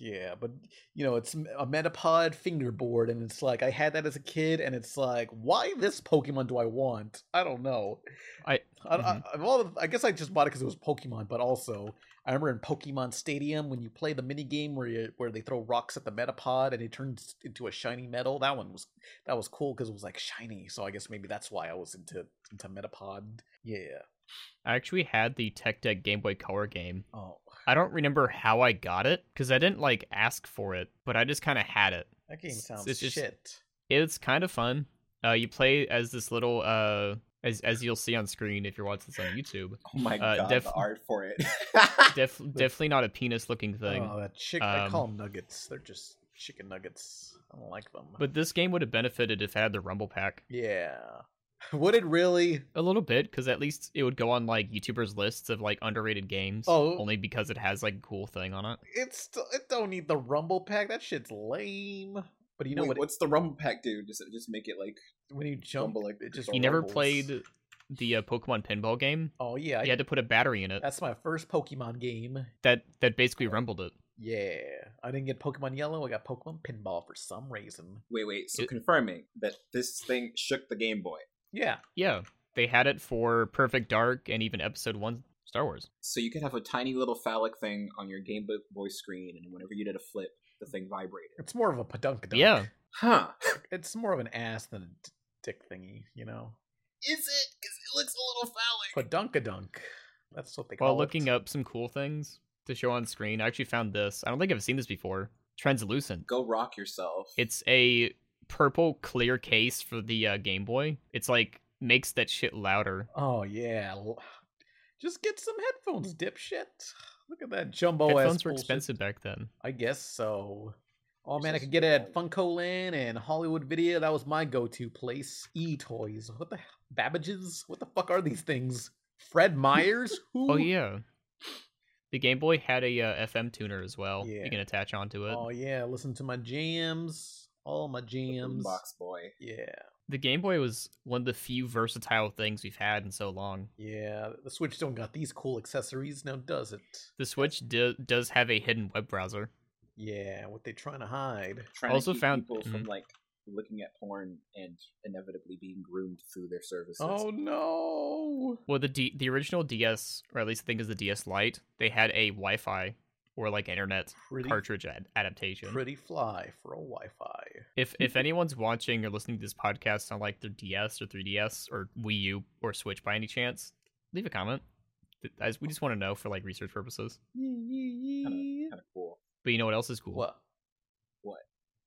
[SPEAKER 3] Yeah, but you know, it's m- a Metapod fingerboard, and it's like I had that as a kid, and it's like, why this Pokemon do I want? I don't know.
[SPEAKER 1] I-
[SPEAKER 3] I, I, of all the- I guess I just bought it because it was Pokemon, but also I remember in Pokemon Stadium when you play the mini game where you where they throw rocks at the Metapod and it turns into a shiny metal. That one was that was cool because it was like shiny. So I guess maybe that's why I was into into Metapod. Yeah.
[SPEAKER 1] I actually had the tech deck Game Boy Color game
[SPEAKER 3] Oh,
[SPEAKER 1] I don't remember how I got it because I didn't like ask for it, but I just kind of had it.
[SPEAKER 3] that game
[SPEAKER 1] It's-
[SPEAKER 3] sounds
[SPEAKER 1] it's just-
[SPEAKER 3] shit.
[SPEAKER 1] It's kind of fun. Uh, you play as this little uh, as as you'll see on screen if you're watching this on YouTube.
[SPEAKER 2] Oh my
[SPEAKER 1] Uh,
[SPEAKER 2] god,
[SPEAKER 1] def-
[SPEAKER 2] the art for it.
[SPEAKER 1] Def- definitely not a penis looking thing.
[SPEAKER 3] Oh, that chick! I
[SPEAKER 1] Um,
[SPEAKER 3] call them nuggets. They're just chicken nuggets. I don't like them.
[SPEAKER 1] But this game would have benefited if it had the Rumble Pack
[SPEAKER 3] yeah, would it really?
[SPEAKER 1] a little bit, because at least it would go on like YouTubers' lists of like underrated games.
[SPEAKER 3] Oh.
[SPEAKER 1] only because it has like a cool thing on it.
[SPEAKER 3] It's still, it don't need the rumble pack. That shit's lame. But you know
[SPEAKER 2] Wait,
[SPEAKER 3] what?
[SPEAKER 2] what's the rumble pack do? Does it just make it like
[SPEAKER 3] when you jump,
[SPEAKER 2] rumble like
[SPEAKER 3] it just
[SPEAKER 2] the
[SPEAKER 1] You never
[SPEAKER 3] rumbles.
[SPEAKER 1] played the uh, Pokemon pinball game?
[SPEAKER 3] Oh yeah, I-
[SPEAKER 1] You had to put a battery in it.
[SPEAKER 3] that's my first Pokemon game.
[SPEAKER 1] That that basically rumbled it.
[SPEAKER 3] Yeah, I didn't get Pokemon Yellow. I got Pokemon Pinball for some reason.
[SPEAKER 2] wait wait? So
[SPEAKER 1] It-
[SPEAKER 2] confirming that this thing shook the Game Boy.
[SPEAKER 3] Yeah,
[SPEAKER 1] Yeah, they had it for Perfect Dark and even Episode One Star Wars.
[SPEAKER 2] So you could have a tiny little phallic thing on your Game Boy screen, and whenever you did a flip, the thing vibrated.
[SPEAKER 3] it's more of a padunkadunk.
[SPEAKER 1] Yeah.
[SPEAKER 2] Huh?
[SPEAKER 3] it's more of an ass than a d- dick thingy. You know,
[SPEAKER 2] Is it? Because it looks a little phallic.
[SPEAKER 3] padunkadunk. That's what they call.
[SPEAKER 1] While looking up some cool things to show on screen, I actually found this. I don't think I've seen this before. Translucent.
[SPEAKER 2] Go rock yourself.
[SPEAKER 1] It's a purple clear case for the uh, Game Boy. It's like makes that shit louder.
[SPEAKER 3] Oh yeah, l- just get some headphones, dipshit. Look at that jumbo ass.
[SPEAKER 1] Headphones were
[SPEAKER 3] Oh, bullshit.
[SPEAKER 1] expensive back then.
[SPEAKER 3] I guess so. Oh
[SPEAKER 2] You're
[SPEAKER 3] man, I
[SPEAKER 2] so
[SPEAKER 3] could get it at Funko Land and Hollywood Video. That was my go-to place. E Toys. What the h- Babbages? What the fuck are these things? Fred Myers? Who?
[SPEAKER 1] Oh yeah. The Game Boy had a uh, FM tuner as well.
[SPEAKER 3] Yeah.
[SPEAKER 1] You can attach onto it.
[SPEAKER 3] Oh yeah. Listen to my jams. All my jams.
[SPEAKER 2] Box boy.
[SPEAKER 3] Yeah,
[SPEAKER 1] The Game Boy was one of the few versatile things we've had in so long.
[SPEAKER 3] yeah. The Switch don't got these cool accessories now, does it?
[SPEAKER 1] The Switch do- does have a hidden web browser.
[SPEAKER 3] Yeah. What they trying to hide?
[SPEAKER 2] Trying
[SPEAKER 1] Also
[SPEAKER 2] to keep
[SPEAKER 1] found-
[SPEAKER 2] people
[SPEAKER 3] Mm-hmm.
[SPEAKER 2] from like looking at porn and inevitably being groomed through their services.
[SPEAKER 3] Oh no.
[SPEAKER 1] Well, the D- the original DS, or at least I think is the DS Lite, they had a Wi-Fi or like internet
[SPEAKER 3] Pretty
[SPEAKER 1] cartridge ad- adaptation.
[SPEAKER 3] pretty fly for a Wi-Fi.
[SPEAKER 1] If if anyone's watching or listening to this podcast on like their DS or 3DS or Wii U or Switch by any chance, leave a comment. Th- As we just want to know for like research purposes.
[SPEAKER 2] kind of cool.
[SPEAKER 1] But you know what else is cool?
[SPEAKER 3] What?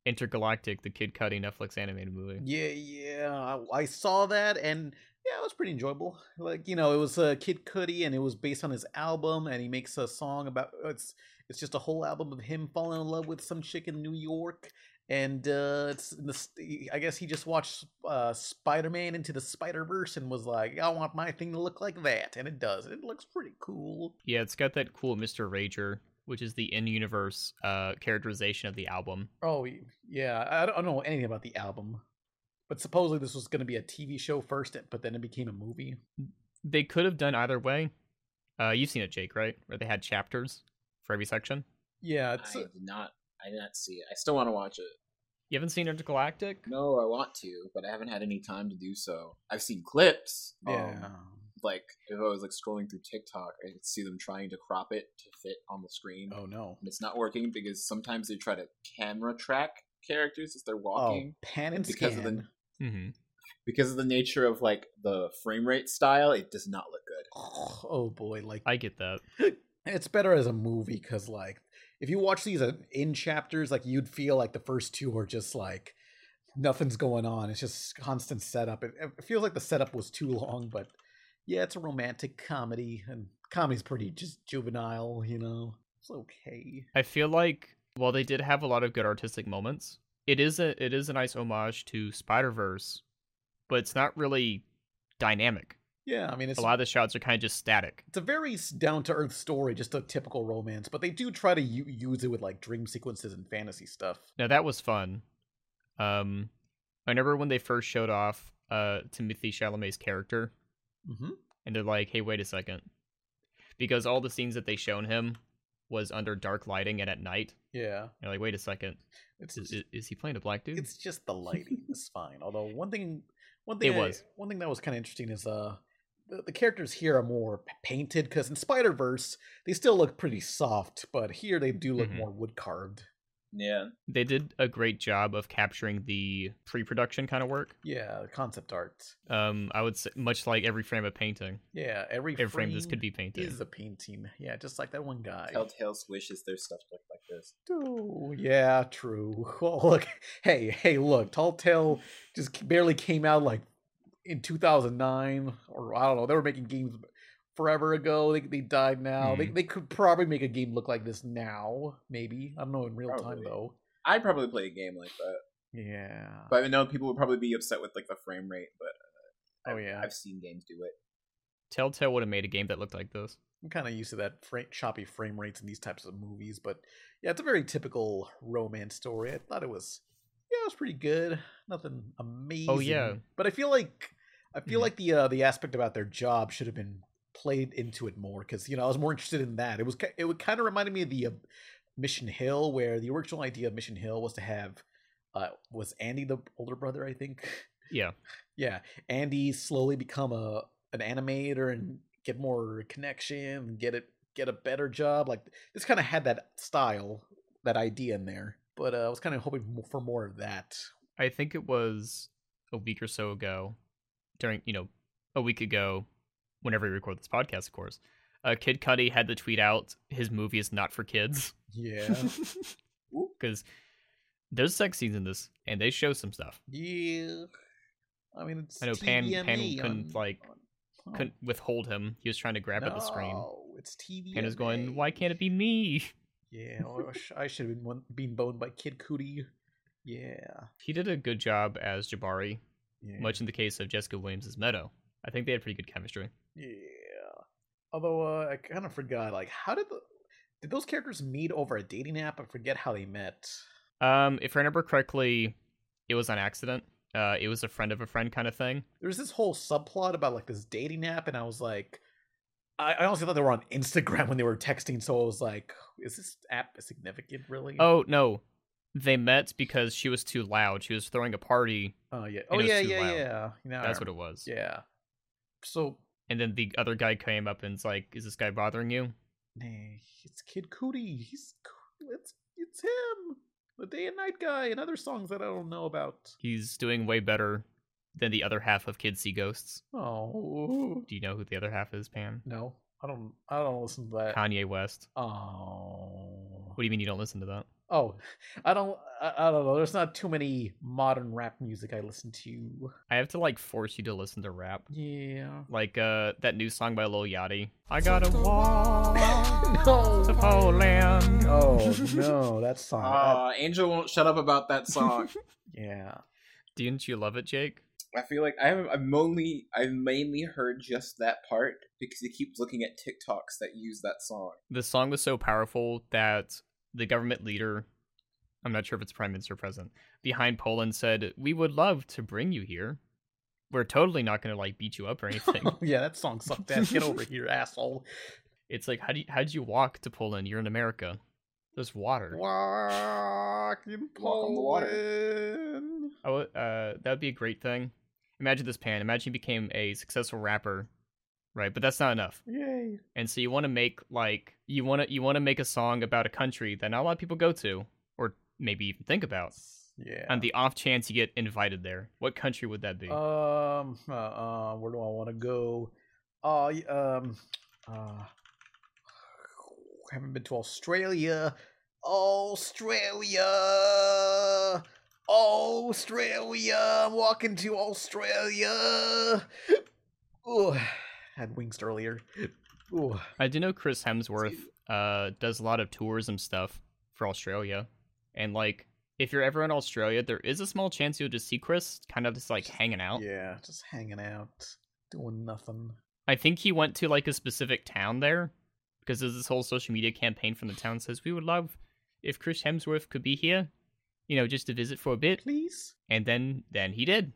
[SPEAKER 1] Intergalactic, the Kid Cudi Netflix animated movie.
[SPEAKER 3] Yeah, yeah. I, I saw that, and yeah, it was pretty enjoyable. Like you know, it was uh, Kid Cudi, and it was based on his album, and he makes a song about uh, it's it's just a whole album of him falling in love with some chick in New York, and uh, it's the st- I guess he just watched uh, Spider Man into the Spider Verse and was like, I want my thing to look like that, and it does. It looks pretty cool.
[SPEAKER 1] Yeah, it's got that cool Mr. Rager, which is the in-universe uh, characterization of the album.
[SPEAKER 3] Oh y- yeah, I don't I don't know anything about the album. But supposedly this was going to be a TV show first, but then it became a movie.
[SPEAKER 1] They could have done either way. Uh, you've seen it, Jake, right? Where they had chapters for every section.
[SPEAKER 3] Yeah, it's
[SPEAKER 2] I
[SPEAKER 3] a-
[SPEAKER 2] did not. I did not see it. I still want to watch it.
[SPEAKER 1] You haven't seen Intergalactic?
[SPEAKER 2] No, I want to, but I haven't had any time to do so. I've seen clips. um,
[SPEAKER 3] Yeah.
[SPEAKER 2] like if I was like scrolling through TikTok, I could see them trying to crop it to fit on the screen,
[SPEAKER 3] oh no.
[SPEAKER 2] and it's not working because sometimes they try to camera track characters as they're
[SPEAKER 3] Oh,
[SPEAKER 2] walking.
[SPEAKER 3] pan and
[SPEAKER 2] because of the-
[SPEAKER 3] scan.
[SPEAKER 1] Mm-hmm.
[SPEAKER 2] Because of the nature of like the frame rate style, it does not look good.
[SPEAKER 3] Oh boy, like
[SPEAKER 1] I get that.
[SPEAKER 3] it's better as a movie because like if you watch these uh, in chapters, like you'd feel like the first two are just like nothing's going on. It's just constant setup. It, it feels like the setup was too long, but yeah, it's a romantic comedy, and comedy's pretty just juvenile, you know. It's okay.
[SPEAKER 1] I feel like while they did have a lot of good artistic moments, it is a it is a nice homage to Spider Verse, but it's not really dynamic.
[SPEAKER 3] Yeah, I mean it's
[SPEAKER 1] A lot of the shots are kind of just static.
[SPEAKER 3] it's a very down to earth story, just a typical romance. But they do try to u- use it with like dream sequences and fantasy stuff.
[SPEAKER 1] Now that was fun. Um, I remember when they first showed off uh Timothy Chalamet's character,
[SPEAKER 3] Mm-hmm.
[SPEAKER 1] and they're like, "Hey, wait a second. because all the scenes that they shown him was under dark lighting and at night.
[SPEAKER 3] Yeah,
[SPEAKER 1] And they're like, "Wait a second,
[SPEAKER 3] it's
[SPEAKER 1] is,
[SPEAKER 3] just,
[SPEAKER 1] is, is he playing a black dude?"
[SPEAKER 3] it's just the lighting is fine. Although one thing, one thing,
[SPEAKER 1] It
[SPEAKER 3] I-
[SPEAKER 1] was.
[SPEAKER 3] one thing that was kind of interesting is uh, the, the characters here are more p- painted because in Spider Verse they still look pretty soft, but here they do look
[SPEAKER 1] Mhm.
[SPEAKER 3] more wood carved.
[SPEAKER 2] Yeah,
[SPEAKER 1] They did a great job of capturing the pre-production kind of work.
[SPEAKER 3] Yeah, concept art.
[SPEAKER 1] Um, I would say much like every frame of painting.
[SPEAKER 3] Yeah, every
[SPEAKER 1] Every frame this could be painted.
[SPEAKER 3] is a painting. Yeah, just like that one guy.
[SPEAKER 2] Telltale swishes their stuff look like this.
[SPEAKER 3] Oh, yeah, true. Well, look, hey, hey, look, Tall Tale just c- barely came out like in 2009, or I don't know. They were making games forever ago. They, they died now. They,
[SPEAKER 1] Mhm.
[SPEAKER 3] they could probably make a game look like this now, maybe. I don't know in real time
[SPEAKER 2] Probably.
[SPEAKER 3] though.
[SPEAKER 2] I'd probably play a game like that,
[SPEAKER 3] Yeah.
[SPEAKER 2] but I know people would probably be upset with like the frame rate. But
[SPEAKER 3] Oh yeah.
[SPEAKER 2] I've seen games do it.
[SPEAKER 1] Telltale would have made a game that looked like this.
[SPEAKER 3] I'm kind of used to that fra- choppy frame rates in these types of movies, but yeah, it's a very typical romance story. I thought it was, yeah, it was pretty good. Nothing amazing.
[SPEAKER 1] Oh, yeah.
[SPEAKER 3] but I feel like I feel
[SPEAKER 1] Mhm.
[SPEAKER 3] like the uh, the aspect about their job should have been played into it more because you know I was more interested in that. It was ki- it would kind of reminded me of the uh, Mission Hill, where the original idea of Mission Hill was to have uh, was Andy the older brother, I think.
[SPEAKER 1] Yeah.
[SPEAKER 3] Yeah, Andy slowly become a an animator and get more connection, get it, get a better job. Like this kind of had that style, that idea in there. But uh, I was kind of hoping mo- for more of that.
[SPEAKER 1] I think it was a week or so ago, during you know, a week ago, whenever we record this podcast, of course. Uh, Kid Cudi had to tweet out his movie is not for kids
[SPEAKER 3] Yeah,
[SPEAKER 1] because there's sex scenes in this, and they show some stuff.
[SPEAKER 3] yeah. I mean, it's
[SPEAKER 1] I know Pan- Pan
[SPEAKER 3] TVMA
[SPEAKER 1] couldn't, like,
[SPEAKER 3] E on-
[SPEAKER 1] Couldn't withhold him. He was trying to grab at the screen.
[SPEAKER 3] No, It's TV.
[SPEAKER 1] Panda's going, "Why can't it be me?"
[SPEAKER 3] E. Yeah, I wish- I should have been one, being boned by Kid Cootie. Yeah,
[SPEAKER 1] He did a good job as Jabari,
[SPEAKER 3] yeah.
[SPEAKER 1] much in the case of Jessica Williams as Meadow. I think they had pretty good chemistry.
[SPEAKER 3] Yeah. Although uh, I kind of forgot, like, how did the did those characters meet over a dating app? I forget how they met.
[SPEAKER 1] Um, if I remember correctly, it was on accident. Uh, it was a friend of a friend kind of thing.
[SPEAKER 3] There was this whole subplot about like this dating app, and I was like, I, I honestly thought they were on Instagram when they were texting, so I was like, is this app significant, really?
[SPEAKER 1] Oh no, they met because she was too loud. She was throwing a party.
[SPEAKER 3] Oh, yeah,
[SPEAKER 1] And
[SPEAKER 3] oh
[SPEAKER 1] it was
[SPEAKER 3] yeah,
[SPEAKER 1] too
[SPEAKER 3] yeah,
[SPEAKER 1] loud.
[SPEAKER 3] yeah. Now I
[SPEAKER 1] That's what it
[SPEAKER 3] remember.
[SPEAKER 1] was.
[SPEAKER 3] Yeah. So,
[SPEAKER 1] And then the other guy came up and's like, "Is this guy bothering you?"
[SPEAKER 3] nah, it's Kid Cootie. He's cool. it's it's him, the day and night guy, and other songs that I don't know about.
[SPEAKER 1] He's doing way better than the other half of Kids See Ghosts.
[SPEAKER 3] Oh.
[SPEAKER 1] Do you know who the other half is, Pam?
[SPEAKER 3] No, I don't. I don't listen to that.
[SPEAKER 1] Kanye West.
[SPEAKER 3] Oh,
[SPEAKER 1] What do you mean you don't listen to that?
[SPEAKER 3] oh, I don't. I, I don't know. There's not too many modern rap music I listen to.
[SPEAKER 1] I have to like force you to listen to rap.
[SPEAKER 3] Yeah.
[SPEAKER 1] Like uh that new song by Lil Yachty. I got a wall to
[SPEAKER 3] no.
[SPEAKER 1] Poland.
[SPEAKER 3] Oh no, that song. that-
[SPEAKER 2] Uh, Angel won't shut up about that song.
[SPEAKER 3] yeah.
[SPEAKER 1] Didn't you love it, Jake?
[SPEAKER 2] I feel like I've I'm only I've mainly heard just that part because he keeps looking at TikToks that use that song.
[SPEAKER 1] The song was so powerful that the government leader, I'm not sure if it's prime minister or president, behind Poland said, "We would love to bring you here. We're totally not going to like beat you up or anything."
[SPEAKER 3] yeah, that song sucked ass. Get over here, asshole.
[SPEAKER 1] it's like, how do you, how did you walk to Poland? You're in America. There's water.
[SPEAKER 3] Walk in
[SPEAKER 2] Walk on the water.
[SPEAKER 3] Poland.
[SPEAKER 1] I would, uh, that would be a great thing. Imagine this, Pan. Imagine you became a successful rapper, right? But that's not enough.
[SPEAKER 3] Yay.
[SPEAKER 1] And so you want to make like you want to you want to make a song about a country that not a lot of people go to, or maybe even think about.
[SPEAKER 3] Yeah.
[SPEAKER 1] On the off chance you get invited there, what country would that be?
[SPEAKER 3] Um, uh, uh, where do I want to go? Uh, y- um, uh, haven't been to Australia. Australia, Australia. I'm walking to Australia. Ooh, had wings earlier. Ooh,
[SPEAKER 1] I do know Chris Hemsworth uh, does a lot of tourism stuff for Australia, and like if you're ever in Australia, there is a small chance you'll just see Chris kind of just like hanging out.
[SPEAKER 3] yeah, just hanging out, doing nothing.
[SPEAKER 1] I think he went to like a specific town there because there's this whole social media campaign from the town says we would love if Chris Hemsworth could be here, you know, just to visit for a bit.
[SPEAKER 3] Please,
[SPEAKER 1] And then then he did.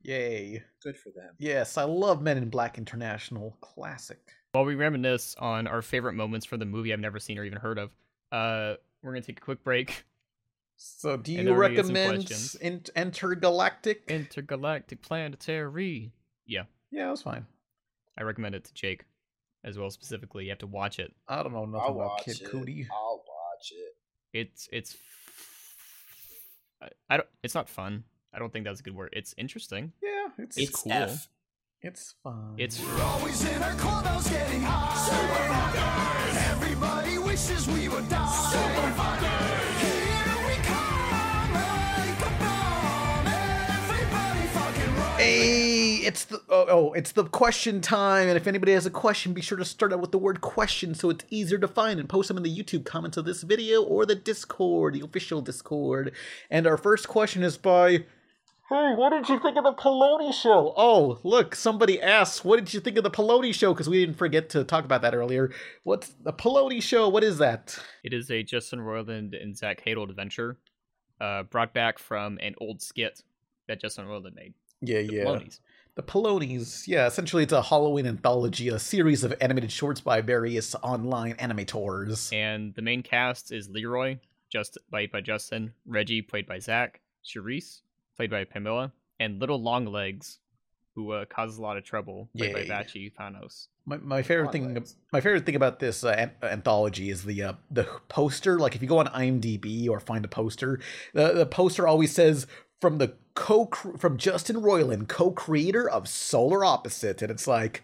[SPEAKER 3] yay!
[SPEAKER 2] Good for them.
[SPEAKER 3] Yes, I love Men in Black International, classic.
[SPEAKER 1] While we reminisce on our favorite moments from the movie I've never seen or even heard of, uh, we're gonna take a quick break.
[SPEAKER 3] So, do
[SPEAKER 1] And
[SPEAKER 3] you
[SPEAKER 1] there we get some
[SPEAKER 3] recommend
[SPEAKER 1] questions.
[SPEAKER 3] in- Intergalactic?
[SPEAKER 1] Intergalactic Planetary. Yeah,
[SPEAKER 3] yeah, that's fine.
[SPEAKER 1] I recommend it to Jake as well. Specifically, you have to watch it.
[SPEAKER 3] I don't know nothing
[SPEAKER 2] I'll
[SPEAKER 3] about
[SPEAKER 2] watch
[SPEAKER 3] Kid
[SPEAKER 2] it.
[SPEAKER 3] Cootie.
[SPEAKER 2] I'll watch it.
[SPEAKER 1] It's it's I, I don't. It's not fun. I don't think that's a good word. It's interesting.
[SPEAKER 3] Yeah, it's
[SPEAKER 1] It's
[SPEAKER 3] it's,
[SPEAKER 1] cool.
[SPEAKER 2] F.
[SPEAKER 3] fine.
[SPEAKER 1] It's
[SPEAKER 5] We're always in our clubhouse getting high. Super fuckers. Everybody wishes we would die. Super fuckers. Here we come. Like a bomb. Everybody fucking right.
[SPEAKER 3] hey, it's the oh, oh, it's the question time, and if anybody has a question, be sure to start out with the word question so it's easier to find and post them in the YouTube comments of this video or the Discord, the official Discord. And our first question is by Hey, what did you think of the Peloni show? Oh, look, somebody asked, what did you think of the Peloni show? Because we didn't forget to talk about that earlier. What's the Peloni show? What is that?
[SPEAKER 1] It is a Justin Roiland and Zach Hadel adventure, uh, brought back from an old skit that Justin Roiland made.
[SPEAKER 3] Yeah,
[SPEAKER 1] The
[SPEAKER 3] yeah.
[SPEAKER 1] Polonies.
[SPEAKER 3] The Polonies, yeah, essentially it's a Halloween anthology, a series of animated shorts by various online animators.
[SPEAKER 1] And the main cast is Leroy, just played by Justin, Reggie, played by Zach, Charisse, played by Pamela, and Little Longlegs, who uh, causes a lot of trouble, played
[SPEAKER 3] Yay.
[SPEAKER 1] by Vachi Panos.
[SPEAKER 3] My, my favorite thing,
[SPEAKER 2] Spotlights.
[SPEAKER 3] my favorite thing about this uh, an- anthology is the uh, the poster. Like if you go on IMDb or find a poster, the the poster always says from the co from Justin Roiland, co creator of Solar Opposite, and it's like.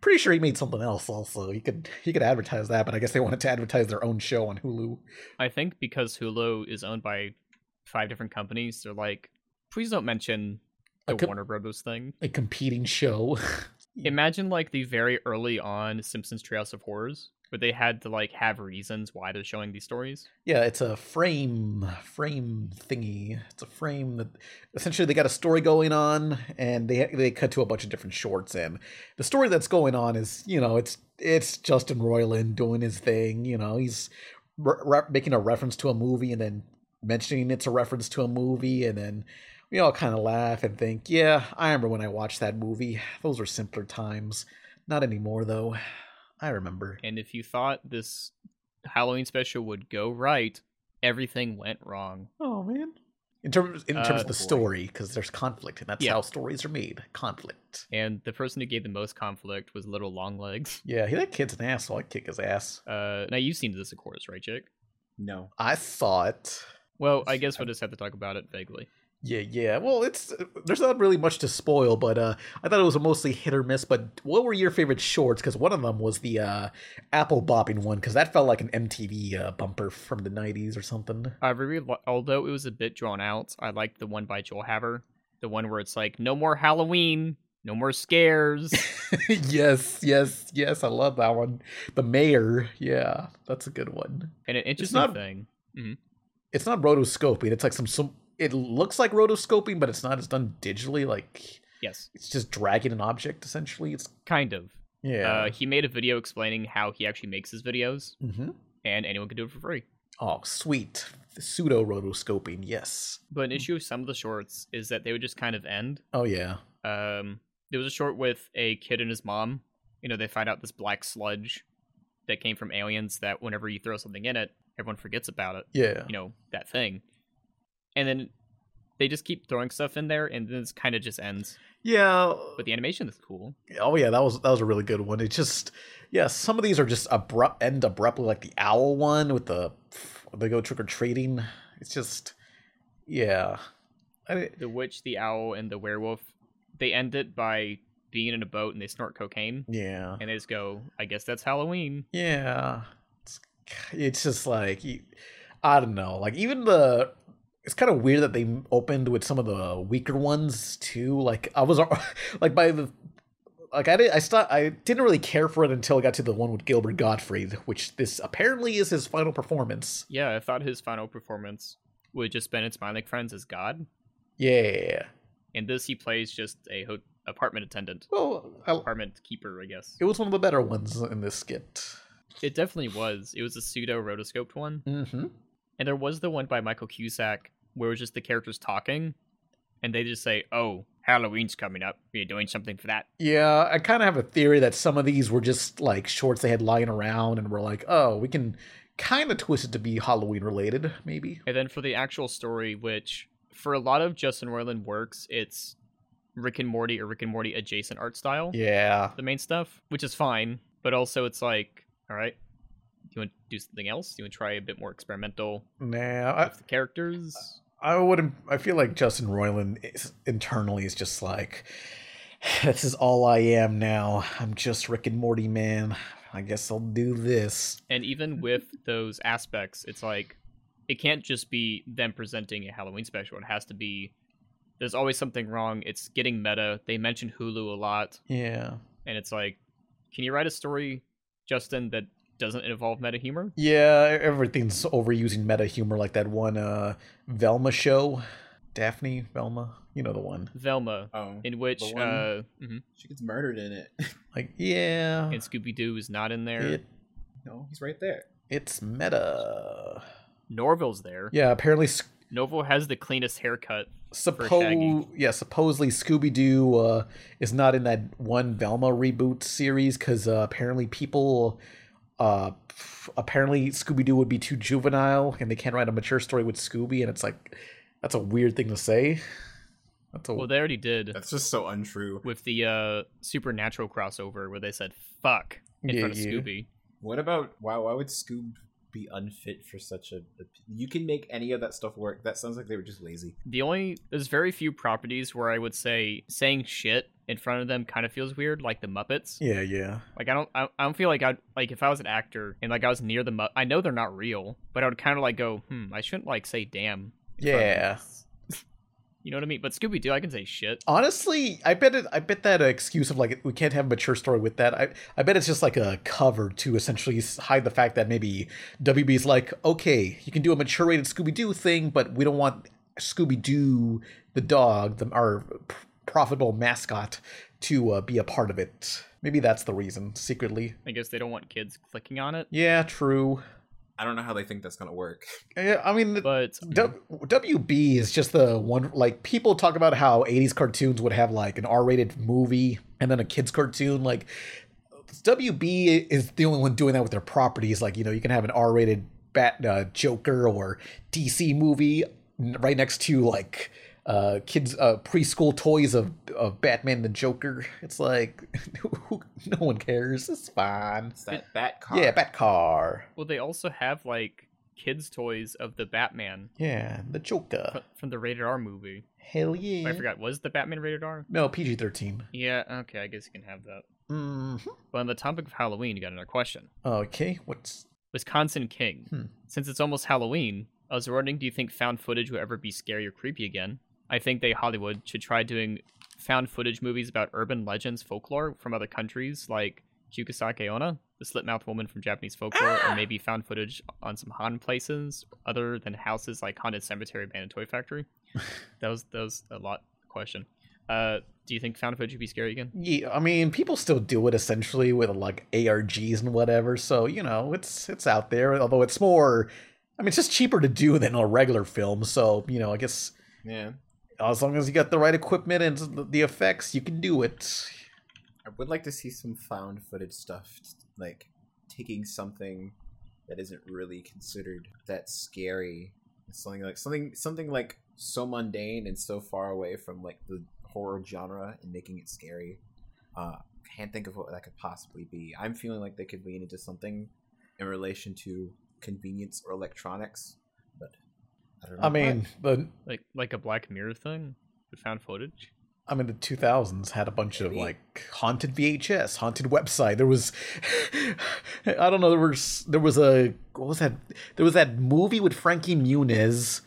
[SPEAKER 3] Pretty sure he made something else. Also, he could he could advertise that, but I guess they wanted to advertise their own show on Hulu.
[SPEAKER 1] I think because Hulu is owned by five different companies, they're like, please don't mention the
[SPEAKER 3] A com-
[SPEAKER 1] Warner Brothers thing.
[SPEAKER 3] a competing show.
[SPEAKER 1] Imagine like the very early on Simpsons Treehouse of Horrors, where they had to like have reasons why they're showing these stories.
[SPEAKER 3] yeah, it's a frame frame thingy. It's a frame that essentially they got a story going on, and they they cut to a bunch of different shorts. And the story that's going on is you know it's it's Justin Roiland doing his thing. You know he's re- re- making a reference to a movie and then mentioning it's a reference to a movie, and then we all kind of laugh and think, yeah, I remember when I watched that movie. Those were simpler times. Not anymore though. I remember.
[SPEAKER 1] And if you thought this Halloween special would go right, everything went wrong.
[SPEAKER 3] Oh man. In terms in terms
[SPEAKER 1] Uh,
[SPEAKER 3] of the
[SPEAKER 2] boy.
[SPEAKER 3] story, because there's conflict, and that's
[SPEAKER 1] Yeah.
[SPEAKER 3] how stories are made. Conflict.
[SPEAKER 1] And the person who gave the most conflict was Little Longlegs.
[SPEAKER 3] Yeah, he, that kid's an asshole. I'd kick his ass.
[SPEAKER 1] Uh, now you've seen this, of course, right, Jake?
[SPEAKER 2] No.
[SPEAKER 3] I saw it.
[SPEAKER 1] Well, I guess we'll just have to talk about it vaguely.
[SPEAKER 3] Yeah, yeah. Well, it's there's not really much to spoil, but uh, I thought it was a mostly hit or miss. But what were your favorite shorts? Because one of them was the uh, apple bopping one, because that felt like an MTV uh, bumper from the '90s or something.
[SPEAKER 1] I really, li- although it was a bit drawn out, I liked the one by Joel Haver, the one where it's like, no more Halloween, no more scares.
[SPEAKER 3] yes, yes, yes. I love that one. The mayor. Yeah, that's a good one.
[SPEAKER 1] and an interesting
[SPEAKER 3] not-
[SPEAKER 1] thing.
[SPEAKER 3] it's not rotoscoping. It's like some some. It looks like rotoscoping, but it's not. It's done digitally. Like
[SPEAKER 1] Yes,
[SPEAKER 3] it's just dragging an object essentially. It's
[SPEAKER 1] kind of. Uh,
[SPEAKER 3] yeah.
[SPEAKER 1] he made a video explaining how he actually makes his videos,
[SPEAKER 3] hmm
[SPEAKER 1] and anyone can do it for free.
[SPEAKER 3] Oh, sweet. The pseudo rotoscoping. Yes.
[SPEAKER 1] But an issue with some of the shorts is that they would just kind of end.
[SPEAKER 3] Oh yeah.
[SPEAKER 1] Um, there was a short with a kid and his mom. You know, they find out this black sludge that came from aliens that whenever you throw something in it, everyone forgets about it.
[SPEAKER 3] Yeah.
[SPEAKER 1] you know that thing and then they just keep throwing stuff in there and then it's kind of just ends
[SPEAKER 3] Yeah.
[SPEAKER 1] but the animation is cool
[SPEAKER 3] Oh yeah. That was that was a really good one. It just yeah. Some of these are just abrupt end abruptly, like the owl one with the they go trick or treating. It's just yeah. I,
[SPEAKER 1] the witch the owl and the werewolf they end it by being in a boat and they snort cocaine
[SPEAKER 3] yeah.
[SPEAKER 1] and they just go i guess that's halloween
[SPEAKER 3] Yeah, it's, it's just like you- I don't know. Like even the it's kind of weird that they opened with some of the weaker ones too. Like I was al- like by the like I did I stopped I didn't really care for it until I got to the one with Gilbert Gottfried, which this apparently is his final performance.
[SPEAKER 1] yeah i thought his final performance would just been in smiling friends as god
[SPEAKER 3] Yeah.
[SPEAKER 1] and this he plays just a ho- apartment attendant
[SPEAKER 3] Well, I,
[SPEAKER 1] apartment keeper i guess
[SPEAKER 3] it was one of the better ones in this skit.
[SPEAKER 1] it definitely was it was a pseudo rotoscoped one
[SPEAKER 3] Mm-hmm.
[SPEAKER 1] And there was the one by Michael Cusack where it was just the characters talking, and they just say, "Oh, Halloween's coming up. Are you doing something for that?"
[SPEAKER 3] Yeah, I kind of have a theory that some of these were just like shorts they had lying around and were like, oh, we can kind of twist it to be Halloween related, maybe.
[SPEAKER 1] And then for the actual story, which for a lot of Justin Roiland works, it's Rick and Morty or Rick and Morty adjacent art style,
[SPEAKER 3] Yeah.
[SPEAKER 1] the main stuff, which is fine. But also, it's like, all right, you want to do something else? You want to try a bit more experimental
[SPEAKER 3] Nah, I,
[SPEAKER 1] with the characters?
[SPEAKER 3] I wouldn't. I feel like Justin Roiland is, internally is just like, this is all I am now. I'm just Rick and Morty, man. I guess I'll do this.
[SPEAKER 1] And even with those aspects, it's like it can't just be them presenting a Halloween special. It has to be there's always something wrong. It's getting meta. They mention Hulu a lot,
[SPEAKER 4] Yeah.
[SPEAKER 1] and it's like, can you write a story, Justin, that doesn't involve meta humor?
[SPEAKER 3] Yeah, e-, everything's overusing meta humor like that one uh Velma show. Daphne, Velma, you know the one.
[SPEAKER 1] Velma,
[SPEAKER 4] Oh.
[SPEAKER 1] in which
[SPEAKER 4] one-
[SPEAKER 1] uh, mhm,
[SPEAKER 4] She gets murdered in it.
[SPEAKER 3] Like, yeah.
[SPEAKER 1] and Scooby Doo is not in there.
[SPEAKER 3] It,
[SPEAKER 4] no, he's right there.
[SPEAKER 3] it's meta.
[SPEAKER 1] Norville's there.
[SPEAKER 3] Yeah, apparently Sc-
[SPEAKER 1] Norville has the cleanest haircut. Shaggy.
[SPEAKER 3] suppo- yeah, supposedly Scooby Doo uh, is not in that one Velma reboot series because uh, apparently people, uh, f- apparently Scooby Doo would be too juvenile and they can't write a mature story with Scooby, and it's like that's a weird thing to say. Oh. That's a
[SPEAKER 1] Well, they already did
[SPEAKER 4] That's just so untrue.
[SPEAKER 1] with the uh, supernatural crossover where they said "fuck" in
[SPEAKER 3] Yeah,
[SPEAKER 1] front of
[SPEAKER 3] yeah.
[SPEAKER 1] Scooby.
[SPEAKER 4] What about why? Why would Scoob be unfit for such a? You can make any of that stuff work. That sounds like they were just lazy.
[SPEAKER 1] The only there's very few properties where I would say saying shit in front of them kind of feels weird, like the Muppets.
[SPEAKER 3] yeah, yeah.
[SPEAKER 1] Like I don't, I, I don't feel like I like if I was an actor and like I was near the, Mu- I know they're not real, but I would kind of like go, hmm, I shouldn't like say damn. in front of
[SPEAKER 3] Yeah.
[SPEAKER 1] them." you know what I mean? But Scooby Doo, I can say shit.
[SPEAKER 3] Honestly, I bet it. I bet that uh, excuse of like we can't have a mature story with that. I I bet it's just like a cover to essentially s- hide the fact that maybe WB's like, okay, you can do a mature rated Scooby Doo thing, but we don't want Scooby Doo the dog, the, our p- profitable mascot, to uh, be a part of it. Maybe that's the reason secretly.
[SPEAKER 1] I guess they don't want kids clicking on it,
[SPEAKER 3] Yeah, true.
[SPEAKER 4] I don't know how they think that's gonna work.
[SPEAKER 3] Yeah, I mean,
[SPEAKER 1] but
[SPEAKER 3] W- WB is just the one like people talk about how 80s cartoons would have like an R-rated movie and then a kids cartoon like WB is the only one doing that with their properties like you know you can have an R-rated Bat uh, Joker or DC movie n- right next to like uh kids uh preschool toys of of Batman and the Joker it's like who- no one cares it's fine
[SPEAKER 4] It's that bat car.
[SPEAKER 3] yeah Bat Car
[SPEAKER 1] well, they also have like kids toys of the Batman
[SPEAKER 3] yeah the Joker
[SPEAKER 1] fr- from the rated R movie.
[SPEAKER 3] hell yeah
[SPEAKER 1] I forgot was the Batman rated R.
[SPEAKER 3] no PG-13
[SPEAKER 1] Yeah, okay, I guess you can have that.
[SPEAKER 3] mm
[SPEAKER 1] But on the topic of Halloween, you got another question.
[SPEAKER 3] Okay, what's
[SPEAKER 1] Wisconsin King.
[SPEAKER 3] Hmm.
[SPEAKER 1] Since it's almost Halloween, I was wondering do you think found footage will ever be scary or creepy again? I think they, Hollywood, should try doing found footage movies about urban legends, folklore from other countries like Chukasake Ona, the slit mouthed woman from Japanese folklore, or maybe found footage on some haunted places other than houses like Haunted Cemetery, Abandoned Toy Factory. that, was, that was a lot question. Uh, do you think found footage would be scary again?
[SPEAKER 3] yeah? I mean, people still do it essentially with like ARGs and whatever, so you know it's it's out there. Although it's more, I mean, it's just cheaper to do than a regular film. So you know, I guess
[SPEAKER 4] yeah.
[SPEAKER 3] as long as you got the right equipment and the- the effects, you can do it.
[SPEAKER 4] I would like to see some found footage stuff, t- like taking something that isn't really considered that scary, something like something something like so mundane and so far away from like the horror genre and making it scary. Uh, can't think of what that could possibly be. I'm feeling like they could lean into something in relation to convenience or electronics, but I don't know.
[SPEAKER 3] I mean, the
[SPEAKER 1] Like, like a Black Mirror thing with found footage?
[SPEAKER 3] I mean, the 2000s had a bunch of
[SPEAKER 4] Maybe.
[SPEAKER 3] like haunted VHS, haunted website. There was, I don't know, there was there was a what was that? There was that movie with Frankie Muniz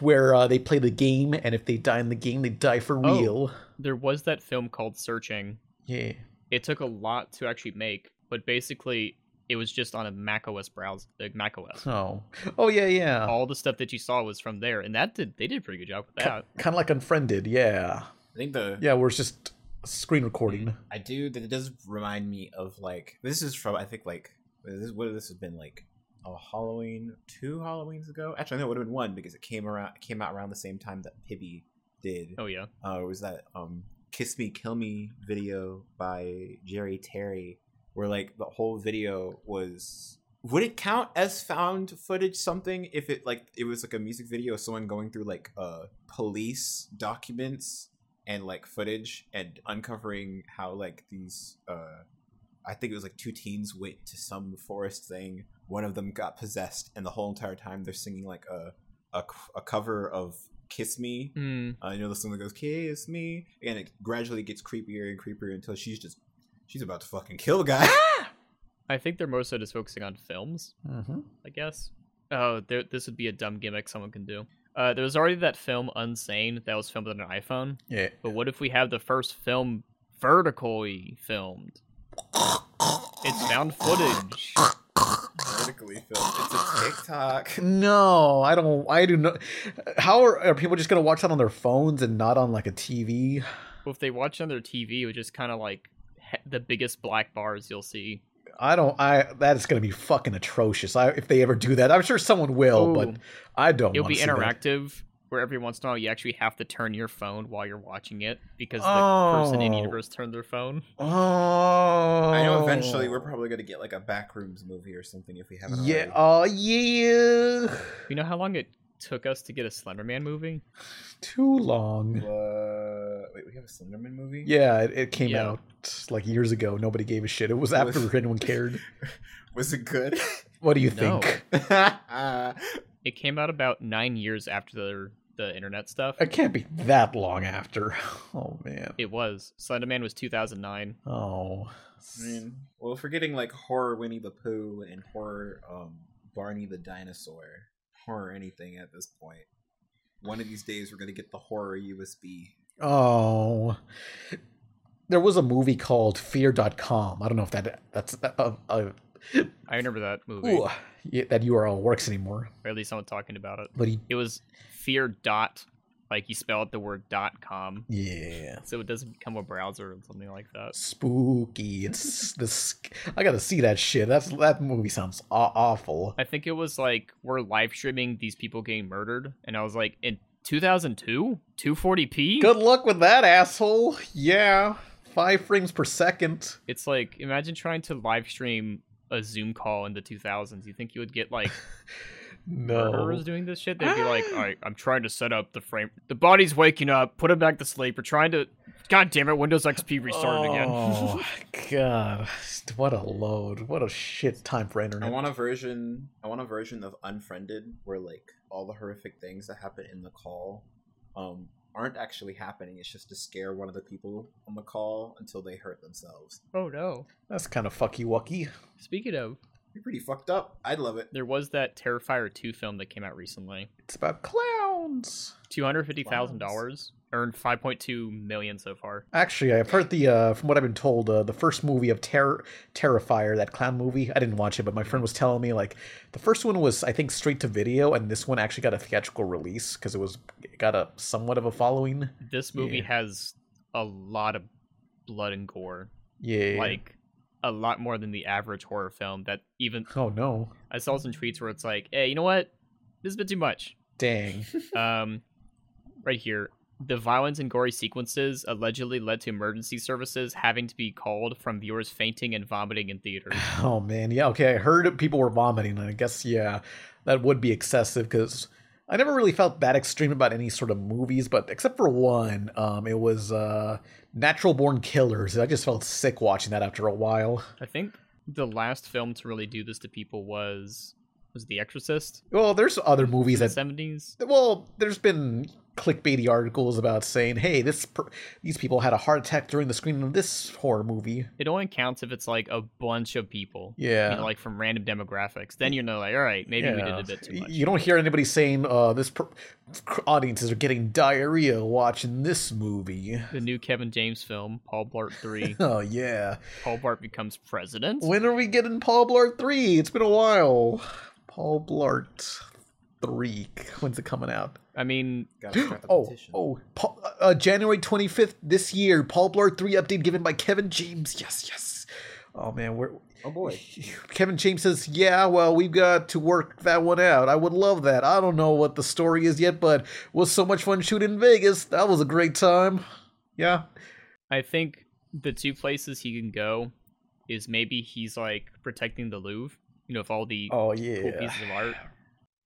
[SPEAKER 3] where uh, they play the game, and if they die in the game, they die for
[SPEAKER 1] Oh.
[SPEAKER 3] real.
[SPEAKER 1] There was that film called Searching
[SPEAKER 3] Yeah,
[SPEAKER 1] it took a lot to actually make, but basically it was just on a Mac OS browser, like Mac OS.
[SPEAKER 3] Oh, oh yeah, yeah.
[SPEAKER 1] All the stuff that you saw was from there, and that did they did a pretty good job with that.
[SPEAKER 3] Kind of like Unfriended. Yeah,
[SPEAKER 4] I think the
[SPEAKER 3] yeah. Where it's just screen recording.
[SPEAKER 4] I do. That it does remind me of like this is from I think like this is what this has been like a Halloween two Halloweens ago. Actually, no, it would have been one because it came around it came out around the same time that Pibby did.
[SPEAKER 1] Oh yeah,
[SPEAKER 4] Uh, it was that um "Kiss Me Kill Me" video by Jerry Terry, where like the whole video was. Would it count as found footage something if it like it was like a music video of someone going through like uh police documents and like footage and uncovering how like these uh I think it was like two teens went to some forest thing. One of them got possessed, and the whole entire time they're singing like a a, c- a cover of "Kiss Me"
[SPEAKER 1] mm,
[SPEAKER 4] Uh, you know the song that goes "Kiss me," and it gradually gets creepier and creepier until she's just she's about to fucking kill the guy.
[SPEAKER 1] I think they're more so just focusing on films,
[SPEAKER 3] hmm
[SPEAKER 1] I guess. Oh, there, this would be a dumb gimmick someone can do. Uh, there was already that film Unsane that was filmed on an iPhone.
[SPEAKER 3] Yeah.
[SPEAKER 1] But what if we have the first film vertically filmed? It's found footage.
[SPEAKER 4] Vertically filmed. It's a TikTok.
[SPEAKER 3] No, I don't. I do not. How are, are people just gonna watch that on their phones and not on like a TV?
[SPEAKER 1] Well, if they watch on their TV, it was just kind of like he- the biggest black bars you'll see.
[SPEAKER 3] I don't. I that is gonna be fucking atrocious. I if they ever do that, I'm sure someone will, Oh, but
[SPEAKER 1] Ooh.
[SPEAKER 3] I don't.
[SPEAKER 1] It'll
[SPEAKER 3] wanna
[SPEAKER 1] be
[SPEAKER 3] see that.
[SPEAKER 1] interactive, where every once in a while you actually have to turn your phone while you're watching it because the person in
[SPEAKER 3] Oh.
[SPEAKER 1] universe turned their phone.
[SPEAKER 3] Oh,
[SPEAKER 4] I know eventually we're probably gonna get like a backrooms movie or something if we haven't.
[SPEAKER 3] Yeah.
[SPEAKER 4] already.
[SPEAKER 3] Oh yeah.
[SPEAKER 1] You know how long it took us to get a Slenderman movie?
[SPEAKER 3] Too long.
[SPEAKER 4] Uh, wait, we have a Slenderman movie.
[SPEAKER 3] Yeah, it, it came
[SPEAKER 1] Yeah.
[SPEAKER 3] out like years ago. Nobody gave a shit. It was after
[SPEAKER 4] was-
[SPEAKER 3] anyone cared.
[SPEAKER 4] Was it good?
[SPEAKER 3] What do you
[SPEAKER 1] No.
[SPEAKER 3] think?
[SPEAKER 4] Uh,
[SPEAKER 1] It came out about nine years after the, the internet stuff.
[SPEAKER 3] It can't be that long after. Oh man.
[SPEAKER 1] It was Slenderman was 2009.
[SPEAKER 3] Oh.
[SPEAKER 4] I mean, well, if we're getting like horror Winnie the Pooh and horror um, Barney the dinosaur, horror anything at this point. One of these days, we're gonna get the horror USB.
[SPEAKER 3] Oh. There was a movie called Fear.com. I don't know if that that's uh, uh,
[SPEAKER 1] I remember that movie,
[SPEAKER 3] ooh, yeah, that URL works anymore.
[SPEAKER 1] or at least someone talking about it.
[SPEAKER 3] But he,
[SPEAKER 1] It was fear dot, like you spell out the word dot com,
[SPEAKER 3] yeah,
[SPEAKER 1] so it doesn't become a browser or something like that.
[SPEAKER 3] spooky. It's this. I gotta see that shit. That's that movie sounds aw- awful.
[SPEAKER 1] I think it was like we're live streaming these people getting murdered, and I was like, in 2002, 240p.
[SPEAKER 3] Good luck with that, asshole. Yeah, five frames per second.
[SPEAKER 1] It's like imagine trying to live stream a Zoom call in the 2000s. You think you would get like murderers
[SPEAKER 3] No. Ah.
[SPEAKER 1] doing this shit? They'd be like, all right, I'm trying to set up the frame. The body's waking up. Put him back to sleep. We're trying to. God damn it! Windows XP restarted again.
[SPEAKER 3] Oh god, what a load! What a shit time for
[SPEAKER 4] I
[SPEAKER 3] internet.
[SPEAKER 4] want a version. I want a version of Unfriended where like all the horrific things that happen in the call um, aren't actually happening. It's just to scare one of the people on the call until they hurt themselves.
[SPEAKER 1] oh no.
[SPEAKER 3] That's kind of fucky wucky.
[SPEAKER 1] Speaking of,
[SPEAKER 4] You're pretty fucked up. I'd love it.
[SPEAKER 1] there was that Terrifier 2 film that came out recently.
[SPEAKER 3] It's about clowns.
[SPEAKER 1] $250,000, earned 5.2 million so far.
[SPEAKER 3] Actually, I've heard the uh, from what I've been told, uh, the first movie of Terror Terrifier, that clown movie. I didn't watch it, but my friend was telling me like the first one was I think straight to video, and this one actually got a theatrical release because it was it got a somewhat of a following.
[SPEAKER 1] This movie
[SPEAKER 3] Yeah.
[SPEAKER 1] has a lot of blood and gore.
[SPEAKER 3] Yeah.
[SPEAKER 1] Like a lot more than the average horror film that even
[SPEAKER 3] oh no,
[SPEAKER 1] I saw some tweets where it's like, "Hey, you know what? This is a bit too much."
[SPEAKER 3] dang.
[SPEAKER 1] Um right here, the violence and gory sequences allegedly led to emergency services having to be called from viewers fainting and vomiting in theaters.
[SPEAKER 3] Oh man, yeah, okay. I heard people were vomiting, and I guess yeah, that would be excessive because I never really felt that extreme about any sort of movies, but except for one, um, it was uh, Natural Born Killers. I just felt sick watching that after a while.
[SPEAKER 1] I think the last film to really do this to people was was The Exorcist
[SPEAKER 3] Well, there's other movies
[SPEAKER 1] in the
[SPEAKER 3] that
[SPEAKER 1] seventies.
[SPEAKER 3] well, there's been clickbaity articles about saying, hey, this per- these people had a heart attack during the screening of this horror movie.
[SPEAKER 1] It only counts if it's like a bunch of people.
[SPEAKER 3] Yeah.
[SPEAKER 1] You know, like from random demographics. Then you know, like, all right, maybe we did
[SPEAKER 3] Yeah.
[SPEAKER 1] a bit too
[SPEAKER 3] Y-
[SPEAKER 1] much.
[SPEAKER 3] You don't hear anybody saying, uh, this per- audiences are getting diarrhea watching this movie.
[SPEAKER 1] The new Kevin James film, Paul Blart Three.
[SPEAKER 3] Oh, yeah.
[SPEAKER 1] Paul Blart becomes president.
[SPEAKER 3] When are we getting Paul Blart 3? It's been a while. Paul Blart 3. When's it coming out?
[SPEAKER 1] I mean,
[SPEAKER 4] Gotta start the
[SPEAKER 3] Oh,
[SPEAKER 4] petition.
[SPEAKER 3] oh, Paul, uh, January 25th this year. Paul Blart 3 update given by Kevin James. Yes, yes. Oh, man, we're.
[SPEAKER 4] oh boy.
[SPEAKER 3] Kevin James says, Yeah, well, we've got to work that one out. I would love that. I don't know what the story is yet, but was so much fun shooting in Vegas. That was a great time. Yeah.
[SPEAKER 1] I think the two places he can go is maybe he's like protecting the Louvre, you know, with all the
[SPEAKER 3] Oh,
[SPEAKER 1] cool
[SPEAKER 3] yeah.
[SPEAKER 1] pieces of art.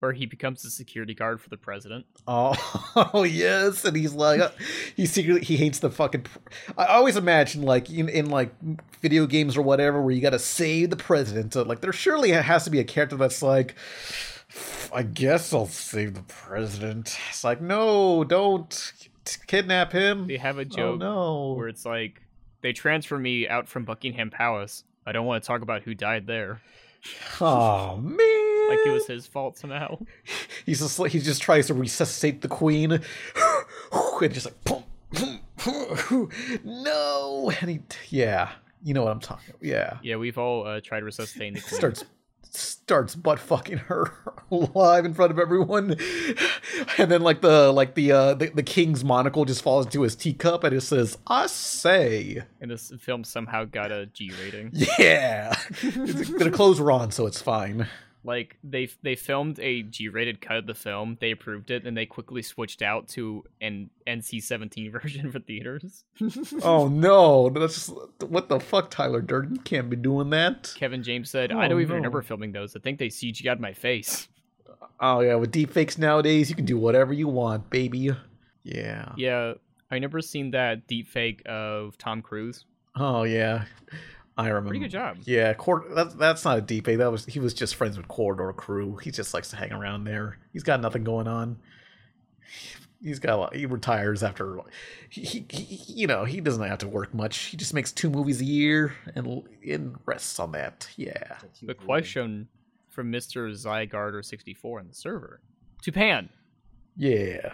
[SPEAKER 1] Or he becomes the security guard for the president.
[SPEAKER 3] Oh, oh, yes. And he's like, uh, he secretly, he hates the fucking. Pr- I always imagine, like, in, in like video games or whatever, where you gotta save the president. So, like, there surely has to be a character that's like, I guess I'll save the president. It's like, no, don't kidnap him.
[SPEAKER 1] They have a joke
[SPEAKER 3] Oh, no.
[SPEAKER 1] where it's like they transfer me out from Buckingham Palace. I don't want to talk about who died there.
[SPEAKER 3] Oh man!
[SPEAKER 1] Like it was his fault somehow.
[SPEAKER 3] He's just like, he just tries to resuscitate the queen, and just like, "Pum, pum, pum, no, and he, yeah, you know what I'm talking about, yeah.
[SPEAKER 1] Yeah, we've all uh, tried resuscitating the queen.
[SPEAKER 3] Starts starts butt fucking her live in front of everyone, and then like the like the uh the, the king's monocle just falls into his teacup and it says, "I say."
[SPEAKER 1] And this film somehow got a G rating.
[SPEAKER 3] Yeah, the clothes were on, so it's fine.
[SPEAKER 1] Like they they filmed a G rated cut of the film, they approved it, and they quickly switched out to an NC seventeen version for theaters.
[SPEAKER 3] Oh no, that's just, what the fuck, Tyler Durden You can't be doing that.
[SPEAKER 1] Kevin James said, "I
[SPEAKER 3] Oh,
[SPEAKER 1] don't even
[SPEAKER 3] no.
[SPEAKER 1] remember filming those. I think they CG'd my face."
[SPEAKER 3] Oh yeah, with deepfakes nowadays, you can do whatever you want, baby. Yeah.
[SPEAKER 1] Yeah, I never seen that deep fake of Tom Cruise.
[SPEAKER 3] Oh yeah, I remember.
[SPEAKER 1] Pretty good job.
[SPEAKER 3] Yeah, Cor- that, that's not a deepfake. That was he was just friends with Corridor Crew. He just likes to hang around there. He's got nothing going on. He's got a lot, he retires after he, he, he you know he doesn't have to work much. He just makes two movies a year and and rests on that. Yeah.
[SPEAKER 1] The question from Mister Zygarder sixty four on the server to Pan:
[SPEAKER 3] Yeah.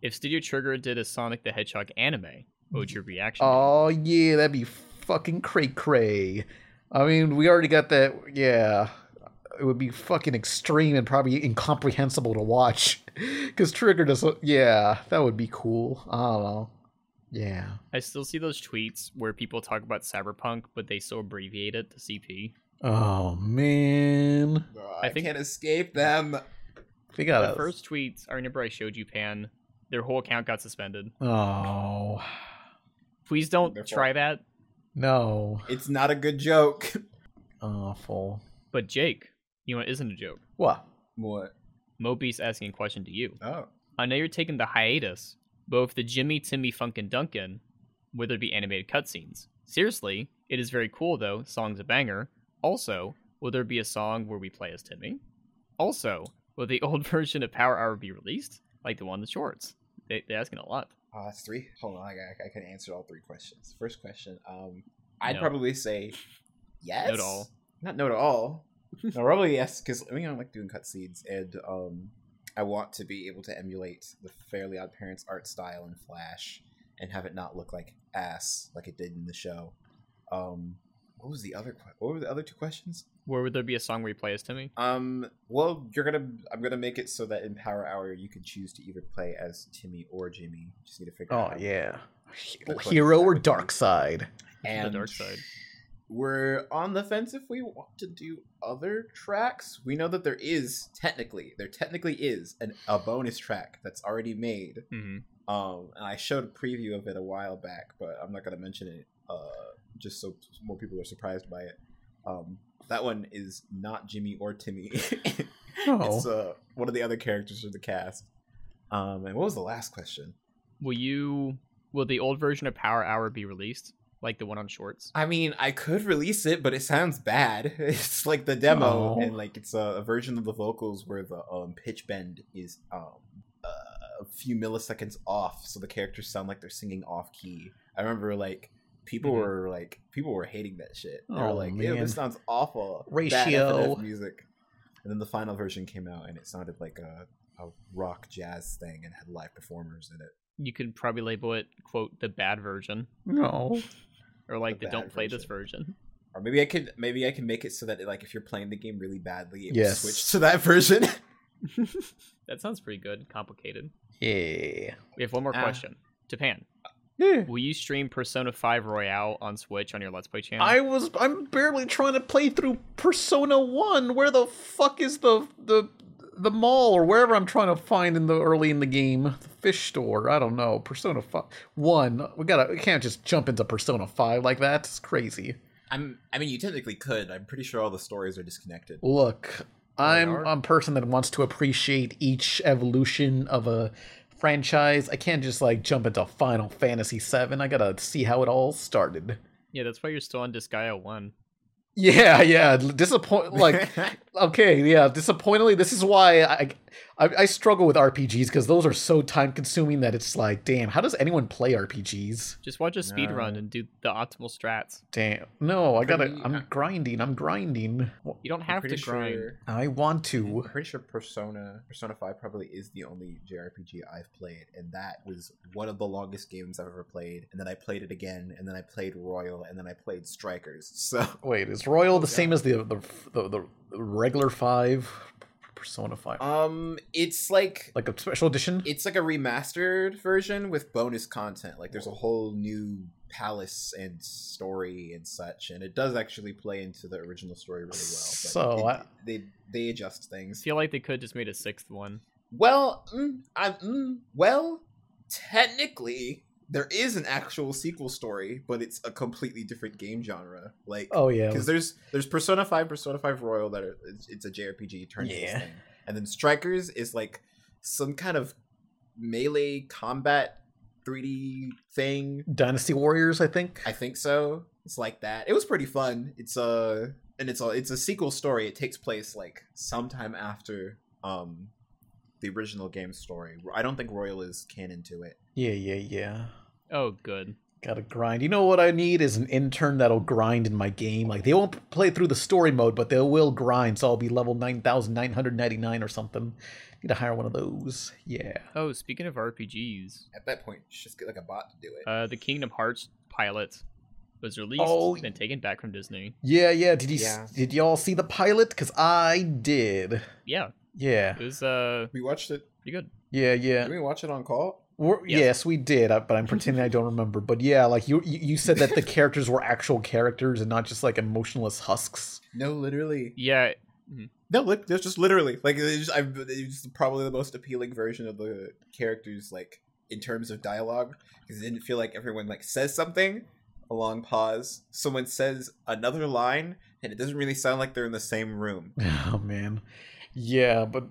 [SPEAKER 1] If Studio Trigger did a Sonic the Hedgehog anime, what would your reaction? be?
[SPEAKER 3] Oh yeah, that'd be fucking cray cray. I mean, we already got that. Yeah, it would be fucking extreme and probably incomprehensible to watch. Because Trigger does. Yeah, that would be cool. I don't know. Yeah.
[SPEAKER 1] I still see those tweets where people talk about Cyberpunk, but they still abbreviate it to CP.
[SPEAKER 3] Oh man,
[SPEAKER 1] I
[SPEAKER 4] I,
[SPEAKER 1] think-
[SPEAKER 4] can't escape them.
[SPEAKER 3] they got
[SPEAKER 1] The
[SPEAKER 3] a.
[SPEAKER 1] first tweets, I remember I showed you Pan. Their whole account got suspended.
[SPEAKER 3] Oh
[SPEAKER 1] Please don't
[SPEAKER 4] Their fault.
[SPEAKER 1] try that.
[SPEAKER 3] no,
[SPEAKER 4] It's not a good joke.
[SPEAKER 3] awful.
[SPEAKER 1] But Jake, you know it isn't a joke.
[SPEAKER 3] What?
[SPEAKER 4] What?
[SPEAKER 1] Moby's asking a question to you.
[SPEAKER 4] Oh.
[SPEAKER 1] I know you're taking the hiatus, but with the Jimmy, Timmy, Funk, and Duncan, would there be animated cutscenes? Seriously, it is very cool though. Song's a banger. Also, will there be a song where we play as Timmy? Also, will the old version of Power Hour be released, like the one in the shorts? They, they're asking a lot.
[SPEAKER 4] Oh, that's three. Hold on, I, I, I can answer all three questions. First question, um, I'd
[SPEAKER 1] No.
[SPEAKER 4] probably say yes.
[SPEAKER 1] No to all.
[SPEAKER 4] Not no to all. no, probably yes, because I mean I like doing cutscenes, and um, I want to be able to emulate the Fairly Odd Parents art style in Flash, and have it not look like ass like it did in the show. Um, what was the other? que- What were the other two questions?
[SPEAKER 1] Where would there be a song where you play as Timmy?
[SPEAKER 4] Um, well, you're gonna. I'm gonna make it so that in Power Hour you can choose to either play as Timmy or Jimmy. Just need to figure out.
[SPEAKER 3] Oh
[SPEAKER 4] how-
[SPEAKER 3] yeah. He-
[SPEAKER 4] That's what
[SPEAKER 3] Hero
[SPEAKER 4] that
[SPEAKER 3] or
[SPEAKER 4] would be.
[SPEAKER 3] dark side?
[SPEAKER 1] The dark side.
[SPEAKER 4] We're on the fence if we want to do other tracks. We know that there is technically there technically is an, a bonus track that's already made.
[SPEAKER 1] Mm-hmm.
[SPEAKER 4] Um, and I showed a preview of it a while back, but I'm not gonna mention it. Uh, just so more people are surprised by it. Um, that one is not Jimmy or Timmy.
[SPEAKER 3] Oh.
[SPEAKER 4] It's uh, one of the other characters of the cast. Um, and what was the last question?
[SPEAKER 1] Will you? Will the old version of Power Hour be released, like the one on shorts?
[SPEAKER 4] I mean, I could release it, but it sounds bad. It's like the demo,
[SPEAKER 3] Oh.
[SPEAKER 4] and like it's a, a version of the vocals where the um, pitch bend is um, uh, a few milliseconds off, so the characters sound like they're singing off key. I remember like people
[SPEAKER 1] Mhm.
[SPEAKER 4] were like people were hating that shit. They were
[SPEAKER 3] Mm-hmm. Oh,
[SPEAKER 4] like, "Ew,
[SPEAKER 3] man.
[SPEAKER 4] this sounds awful." Bad
[SPEAKER 3] Ratio.
[SPEAKER 4] FNF music, and then the final version came out, and it sounded like a, a rock jazz thing and had live performers in it.
[SPEAKER 1] You could probably label it "quote the bad version"
[SPEAKER 3] No.
[SPEAKER 1] or like the,
[SPEAKER 4] The
[SPEAKER 1] "don't
[SPEAKER 4] bad
[SPEAKER 1] play this version."
[SPEAKER 4] Or maybe I could maybe I can make it so that like if you're playing the game really badly, it
[SPEAKER 3] Yes.
[SPEAKER 4] will switch to that version.
[SPEAKER 1] That sounds pretty good. Complicated.
[SPEAKER 3] Yeah.
[SPEAKER 1] We have one more
[SPEAKER 4] Ah.
[SPEAKER 1] question. Japan,
[SPEAKER 3] Yeah.
[SPEAKER 1] will you stream Persona 5 Royale on Switch on your Let's Play channel?
[SPEAKER 3] I was I'm barely trying to play through Persona 1. Where the fuck is the the the mall or wherever I'm trying to find in the early in the game, the fish store, I don't know. Persona 5 1. We got to we can't just jump into Persona 5 like that. It's crazy.
[SPEAKER 4] I'm I mean you technically could. I'm pretty sure all the stories are disconnected.
[SPEAKER 3] Look, I'm
[SPEAKER 1] are.
[SPEAKER 3] I'm a person that wants to appreciate each evolution of a franchise. I can't just like jump into Final Fantasy 7. I got to see how it all started.
[SPEAKER 1] yeah, that's why you're still on Disgaea 1.
[SPEAKER 3] Yeah, yeah, disappoint like okay, yeah. Disappointingly, this is why I I, I struggle with RPGs because those are so time consuming that it's like, damn, how does anyone play RPGs?
[SPEAKER 1] Just watch a speed
[SPEAKER 4] No.
[SPEAKER 1] run and do the optimal strats.
[SPEAKER 3] Damn, no, I gotta.
[SPEAKER 4] Pretty- uh,
[SPEAKER 3] I'm grinding. I'm grinding.
[SPEAKER 1] You don't
[SPEAKER 4] I'm
[SPEAKER 1] have to
[SPEAKER 4] pretty
[SPEAKER 1] grind.
[SPEAKER 4] sure-
[SPEAKER 3] I want to.
[SPEAKER 4] I'm pretty sure Persona Persona Five probably is the only JRPG I've played, and that was one of the longest games I've ever played. And then I played it again, and then I played Royal, and then I played Strikers. So
[SPEAKER 3] Wait, is Royal the same as the the the, the regular five Persona Five,
[SPEAKER 4] um, it's like
[SPEAKER 3] like a special edition?
[SPEAKER 4] it's like a remastered version with bonus content. Like there's a whole new palace and story and such, and it does actually play into the original story really well. but
[SPEAKER 3] So,
[SPEAKER 4] it-
[SPEAKER 3] I-
[SPEAKER 4] they they adjust
[SPEAKER 1] I
[SPEAKER 4] things.
[SPEAKER 1] feel like they could just made a sixth one.
[SPEAKER 4] Well, mm, I, mm, well, technically there is an actual sequel story, but it's a completely different game genre. Like,
[SPEAKER 3] oh yeah,
[SPEAKER 4] because there's there's Persona Five, Persona Five Royal that are it's, it's a JRPG turn based
[SPEAKER 3] Yeah.
[SPEAKER 4] thing, and then Strikers is like some kind of melee combat 3D thing.
[SPEAKER 3] Dynasty Warriors, I think.
[SPEAKER 4] I think so. It's like that. It was pretty fun. It's a and it's a it's a sequel story. It takes place like sometime after um the original game story. I don't think Royal is canon to it.
[SPEAKER 3] yeah, yeah, yeah.
[SPEAKER 1] Oh, good.
[SPEAKER 3] Gotta grind. You know what I need is an intern that'll grind in my game. Like they won't play through the story mode, but they will grind. So I'll be level nine thousand nine hundred ninety nine or something. Need to hire one of those. Yeah.
[SPEAKER 1] Oh, speaking of RPGs,
[SPEAKER 4] At that point, just get like a bot to do it.
[SPEAKER 1] uh, the Kingdom Hearts pilot was released
[SPEAKER 3] Oh,
[SPEAKER 1] and taken back from Disney.
[SPEAKER 3] Yeah, yeah. Did you s-
[SPEAKER 4] Yeah.
[SPEAKER 3] did y'all see the pilot? Cause I did.
[SPEAKER 1] Yeah,
[SPEAKER 3] Yeah,
[SPEAKER 1] it was uh
[SPEAKER 4] we watched it.
[SPEAKER 1] pretty good.
[SPEAKER 3] yeah, yeah.
[SPEAKER 4] Did we watch it on call?
[SPEAKER 3] We're, yes.
[SPEAKER 1] Yes.
[SPEAKER 3] we did, I- but I'm pretending I don't remember. But yeah, like you, you you said that the characters were actual characters and not just like emotionless husks.
[SPEAKER 4] No, literally.
[SPEAKER 1] Yeah,
[SPEAKER 4] No, look, there's just literally like it's just, I've, it's probably the most appealing version of the characters, like in terms of dialogue, because it didn't feel like everyone like says something. A long pause. Someone says another line, and it doesn't really sound like they're in the same room.
[SPEAKER 3] Oh man, yeah, but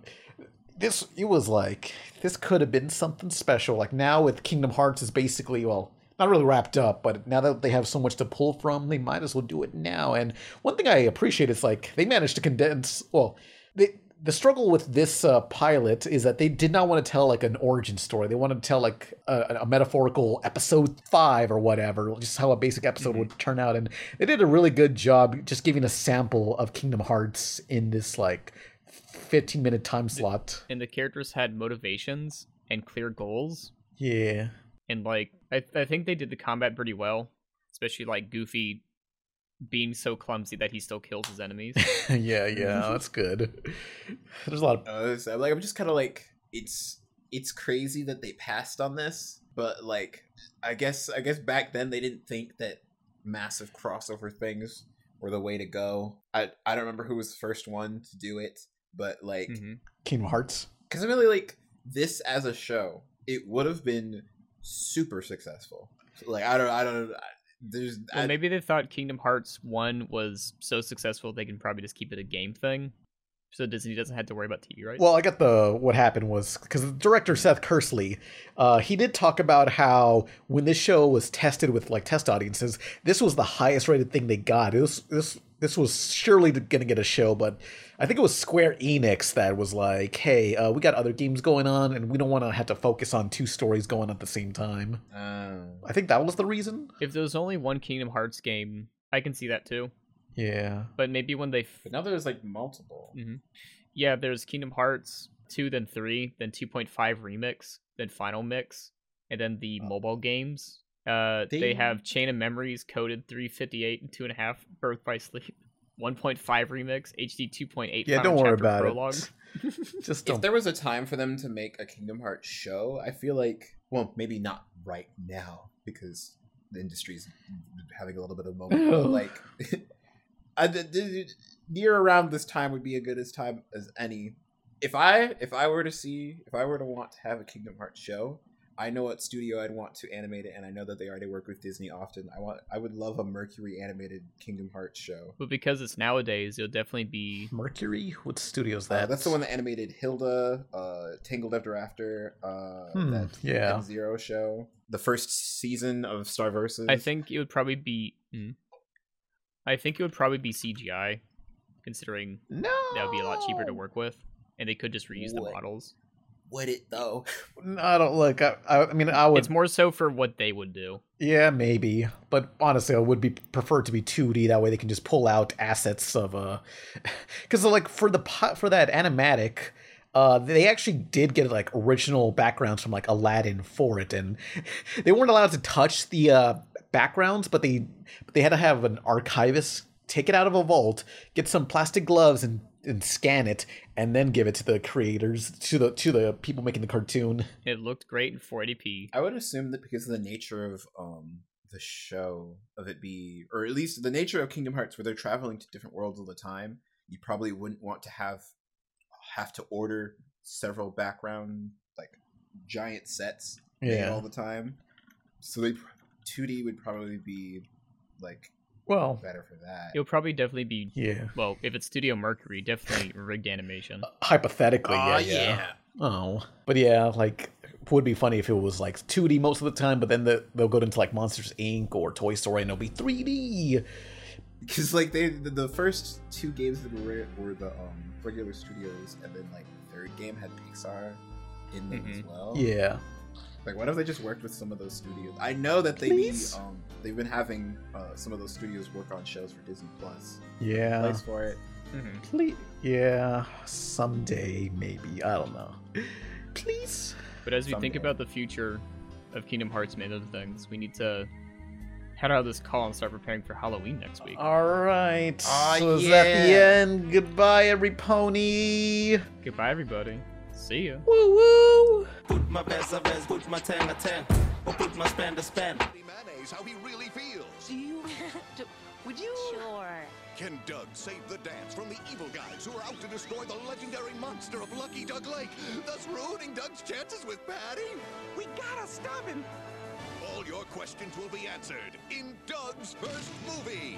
[SPEAKER 3] this it was like this could have been something special. Like now with Kingdom Hearts is basically well not really wrapped up, but now that they have so much to pull from, they might as well do it now. And one thing I appreciate is like they managed to condense well they. The struggle with this uh, pilot is that they did not want to tell like an origin story. They wanted to tell like a, a metaphorical episode five or whatever, just how a basic episode would turn out. And they did a really good job just giving a sample of Kingdom Hearts in this like 15 minute time slot.
[SPEAKER 1] and the characters had motivations and clear goals,
[SPEAKER 3] Yeah.
[SPEAKER 1] and like I, I think they did the combat pretty well, especially like Goofy being so clumsy that he still kills his enemies.
[SPEAKER 3] yeah, yeah, that's good. There's a lot of
[SPEAKER 4] Uh, so, like I'm just kind of like it's it's crazy that they passed on this, but like I guess I guess back then they didn't think that massive crossover things were the way to go. I I don't remember who was the first one to do it, but like.
[SPEAKER 1] Mhm.
[SPEAKER 3] Kingdom Hearts.
[SPEAKER 4] because I really like this as a show. It would have been super successful. Like I don't, I don't. I, there's
[SPEAKER 1] Well,
[SPEAKER 4] I,
[SPEAKER 1] maybe they thought Kingdom Hearts 1 was so successful they can probably just keep it a game thing. So Disney doesn't have to worry about TV rights.
[SPEAKER 3] Well, I got the what happened was because the director Seth Kersley, uh, he did talk about how when this show was tested with like test audiences, this was the highest rated thing they got. It was this this was surely going to get a show, but I think it was Square Enix that was like, "Hey, uh, we got other games going on, and we don't want to have to focus on two stories going at the same time."
[SPEAKER 4] Um,
[SPEAKER 3] I think that was the reason.
[SPEAKER 1] if there's only one Kingdom Hearts game, I can see that too.
[SPEAKER 3] Yeah.
[SPEAKER 1] But maybe when they, f-
[SPEAKER 4] but now there's like multiple.
[SPEAKER 1] yeah, there's Kingdom Hearts 2, then 3, then 2.5 remix, then Final Mix, and then the
[SPEAKER 3] Oh.
[SPEAKER 1] mobile games. Uh, they...
[SPEAKER 4] They-
[SPEAKER 1] have Chain of Memories, Coded 358, and two and a half, Birth by Sleep, 1.5 remix, HD 2.8.
[SPEAKER 3] Yeah,
[SPEAKER 1] Final
[SPEAKER 3] don't worry
[SPEAKER 1] Chapter
[SPEAKER 3] about
[SPEAKER 1] prologue.
[SPEAKER 3] it. Just
[SPEAKER 4] If
[SPEAKER 3] don't.
[SPEAKER 4] there was a time for them to make a Kingdom Hearts show, I feel like well, maybe not right now because the industry's having a little bit of a moment. but like, I, th- th- near around this time would be a good as time as any. If I if I were to see if I were to want to have a Kingdom Hearts show, I know what studio I'd want to animate it, and I know that they already work with Disney often. I want I would love a Mercury animated Kingdom Hearts show.
[SPEAKER 1] But because it's nowadays, it'll definitely be
[SPEAKER 3] Mercury? What studio's
[SPEAKER 4] Uh,
[SPEAKER 3] that?
[SPEAKER 4] that's the one that animated Hilda, uh, Tangled After After, uh,
[SPEAKER 3] Hmm,
[SPEAKER 4] that
[SPEAKER 3] yeah.
[SPEAKER 4] Zero show, the first season of Starversus.
[SPEAKER 1] I think it would probably be. mm. I think it would probably be CGI considering
[SPEAKER 4] No,
[SPEAKER 1] that would be a lot cheaper
[SPEAKER 3] Oh.
[SPEAKER 1] to work with, and they could just reuse the
[SPEAKER 2] What?
[SPEAKER 1] models.
[SPEAKER 2] Would it though?
[SPEAKER 3] No, I don't look. I, I I mean, I would.
[SPEAKER 1] It's more so for what they would do.
[SPEAKER 3] yeah, maybe. But honestly, I would be prefer it to be 2D. That way, they can just pull out assets of uh, because like for the po- for that animatic. Uh, they actually did get like original backgrounds from like Aladdin for it, and they weren't allowed to touch the uh, backgrounds, but they but they had to have an archivist take it out of a vault, get some plastic gloves, and, and scan it, and then give it to the creators to the to the people making the cartoon.
[SPEAKER 1] It looked great in 480p.
[SPEAKER 4] I would assume that because of the nature of um the show of it be or at least the nature of Kingdom Hearts where they're traveling to different worlds all the time, you probably wouldn't want to have have to order several background like giant sets made all the time. So they pr- 2D would probably be like
[SPEAKER 3] Well.
[SPEAKER 4] better for that.
[SPEAKER 1] It'll probably definitely be
[SPEAKER 3] Yeah.
[SPEAKER 1] well if it's Studio Mercury, definitely rigged animation.
[SPEAKER 3] Uh, Hypothetically,
[SPEAKER 4] Aw,
[SPEAKER 3] yeah, yeah. Oh, but yeah, like would be funny if it was like 2D most of the time, but then the, they'll go into like Monsters Inc. or Toy Story and it'll be 3D.
[SPEAKER 4] because like they the, the first two games that were were the um regular studios and then like the third game had Pixar in them as
[SPEAKER 1] Mhm.
[SPEAKER 4] well.
[SPEAKER 3] Yeah.
[SPEAKER 4] Like, what if they just worked with some of those studios? I know that they be,
[SPEAKER 3] Please?
[SPEAKER 4] um, they've been having uh, some of those studios work on shows for Disney Plus.
[SPEAKER 3] Yeah.
[SPEAKER 4] Place for it.
[SPEAKER 1] Mhm.
[SPEAKER 3] Please. Yeah, someday maybe. I don't know. Please.
[SPEAKER 1] But as we think
[SPEAKER 4] Someday.
[SPEAKER 1] about the future of Kingdom Hearts and other things, we need to head out of this call and start preparing for Halloween next week.
[SPEAKER 3] All right.
[SPEAKER 4] Aw,
[SPEAKER 3] so is that the
[SPEAKER 4] yeah.
[SPEAKER 3] end? Goodbye, every pony.
[SPEAKER 1] Goodbye, everybody. See ya.
[SPEAKER 3] Woo woo.
[SPEAKER 6] Put my best of best, put my ten a ten, or put my span to span.
[SPEAKER 5] Mayonnaise, how he really feels.
[SPEAKER 7] Do you? do, would you? Sure.
[SPEAKER 5] Can Doug save the dance from the evil guys who are out to destroy the legendary monster of Lucky Duck Lake, thus ruining Doug's chances with Patty?
[SPEAKER 6] We gotta stop him.
[SPEAKER 5] All your questions will be answered in Doug's first movie.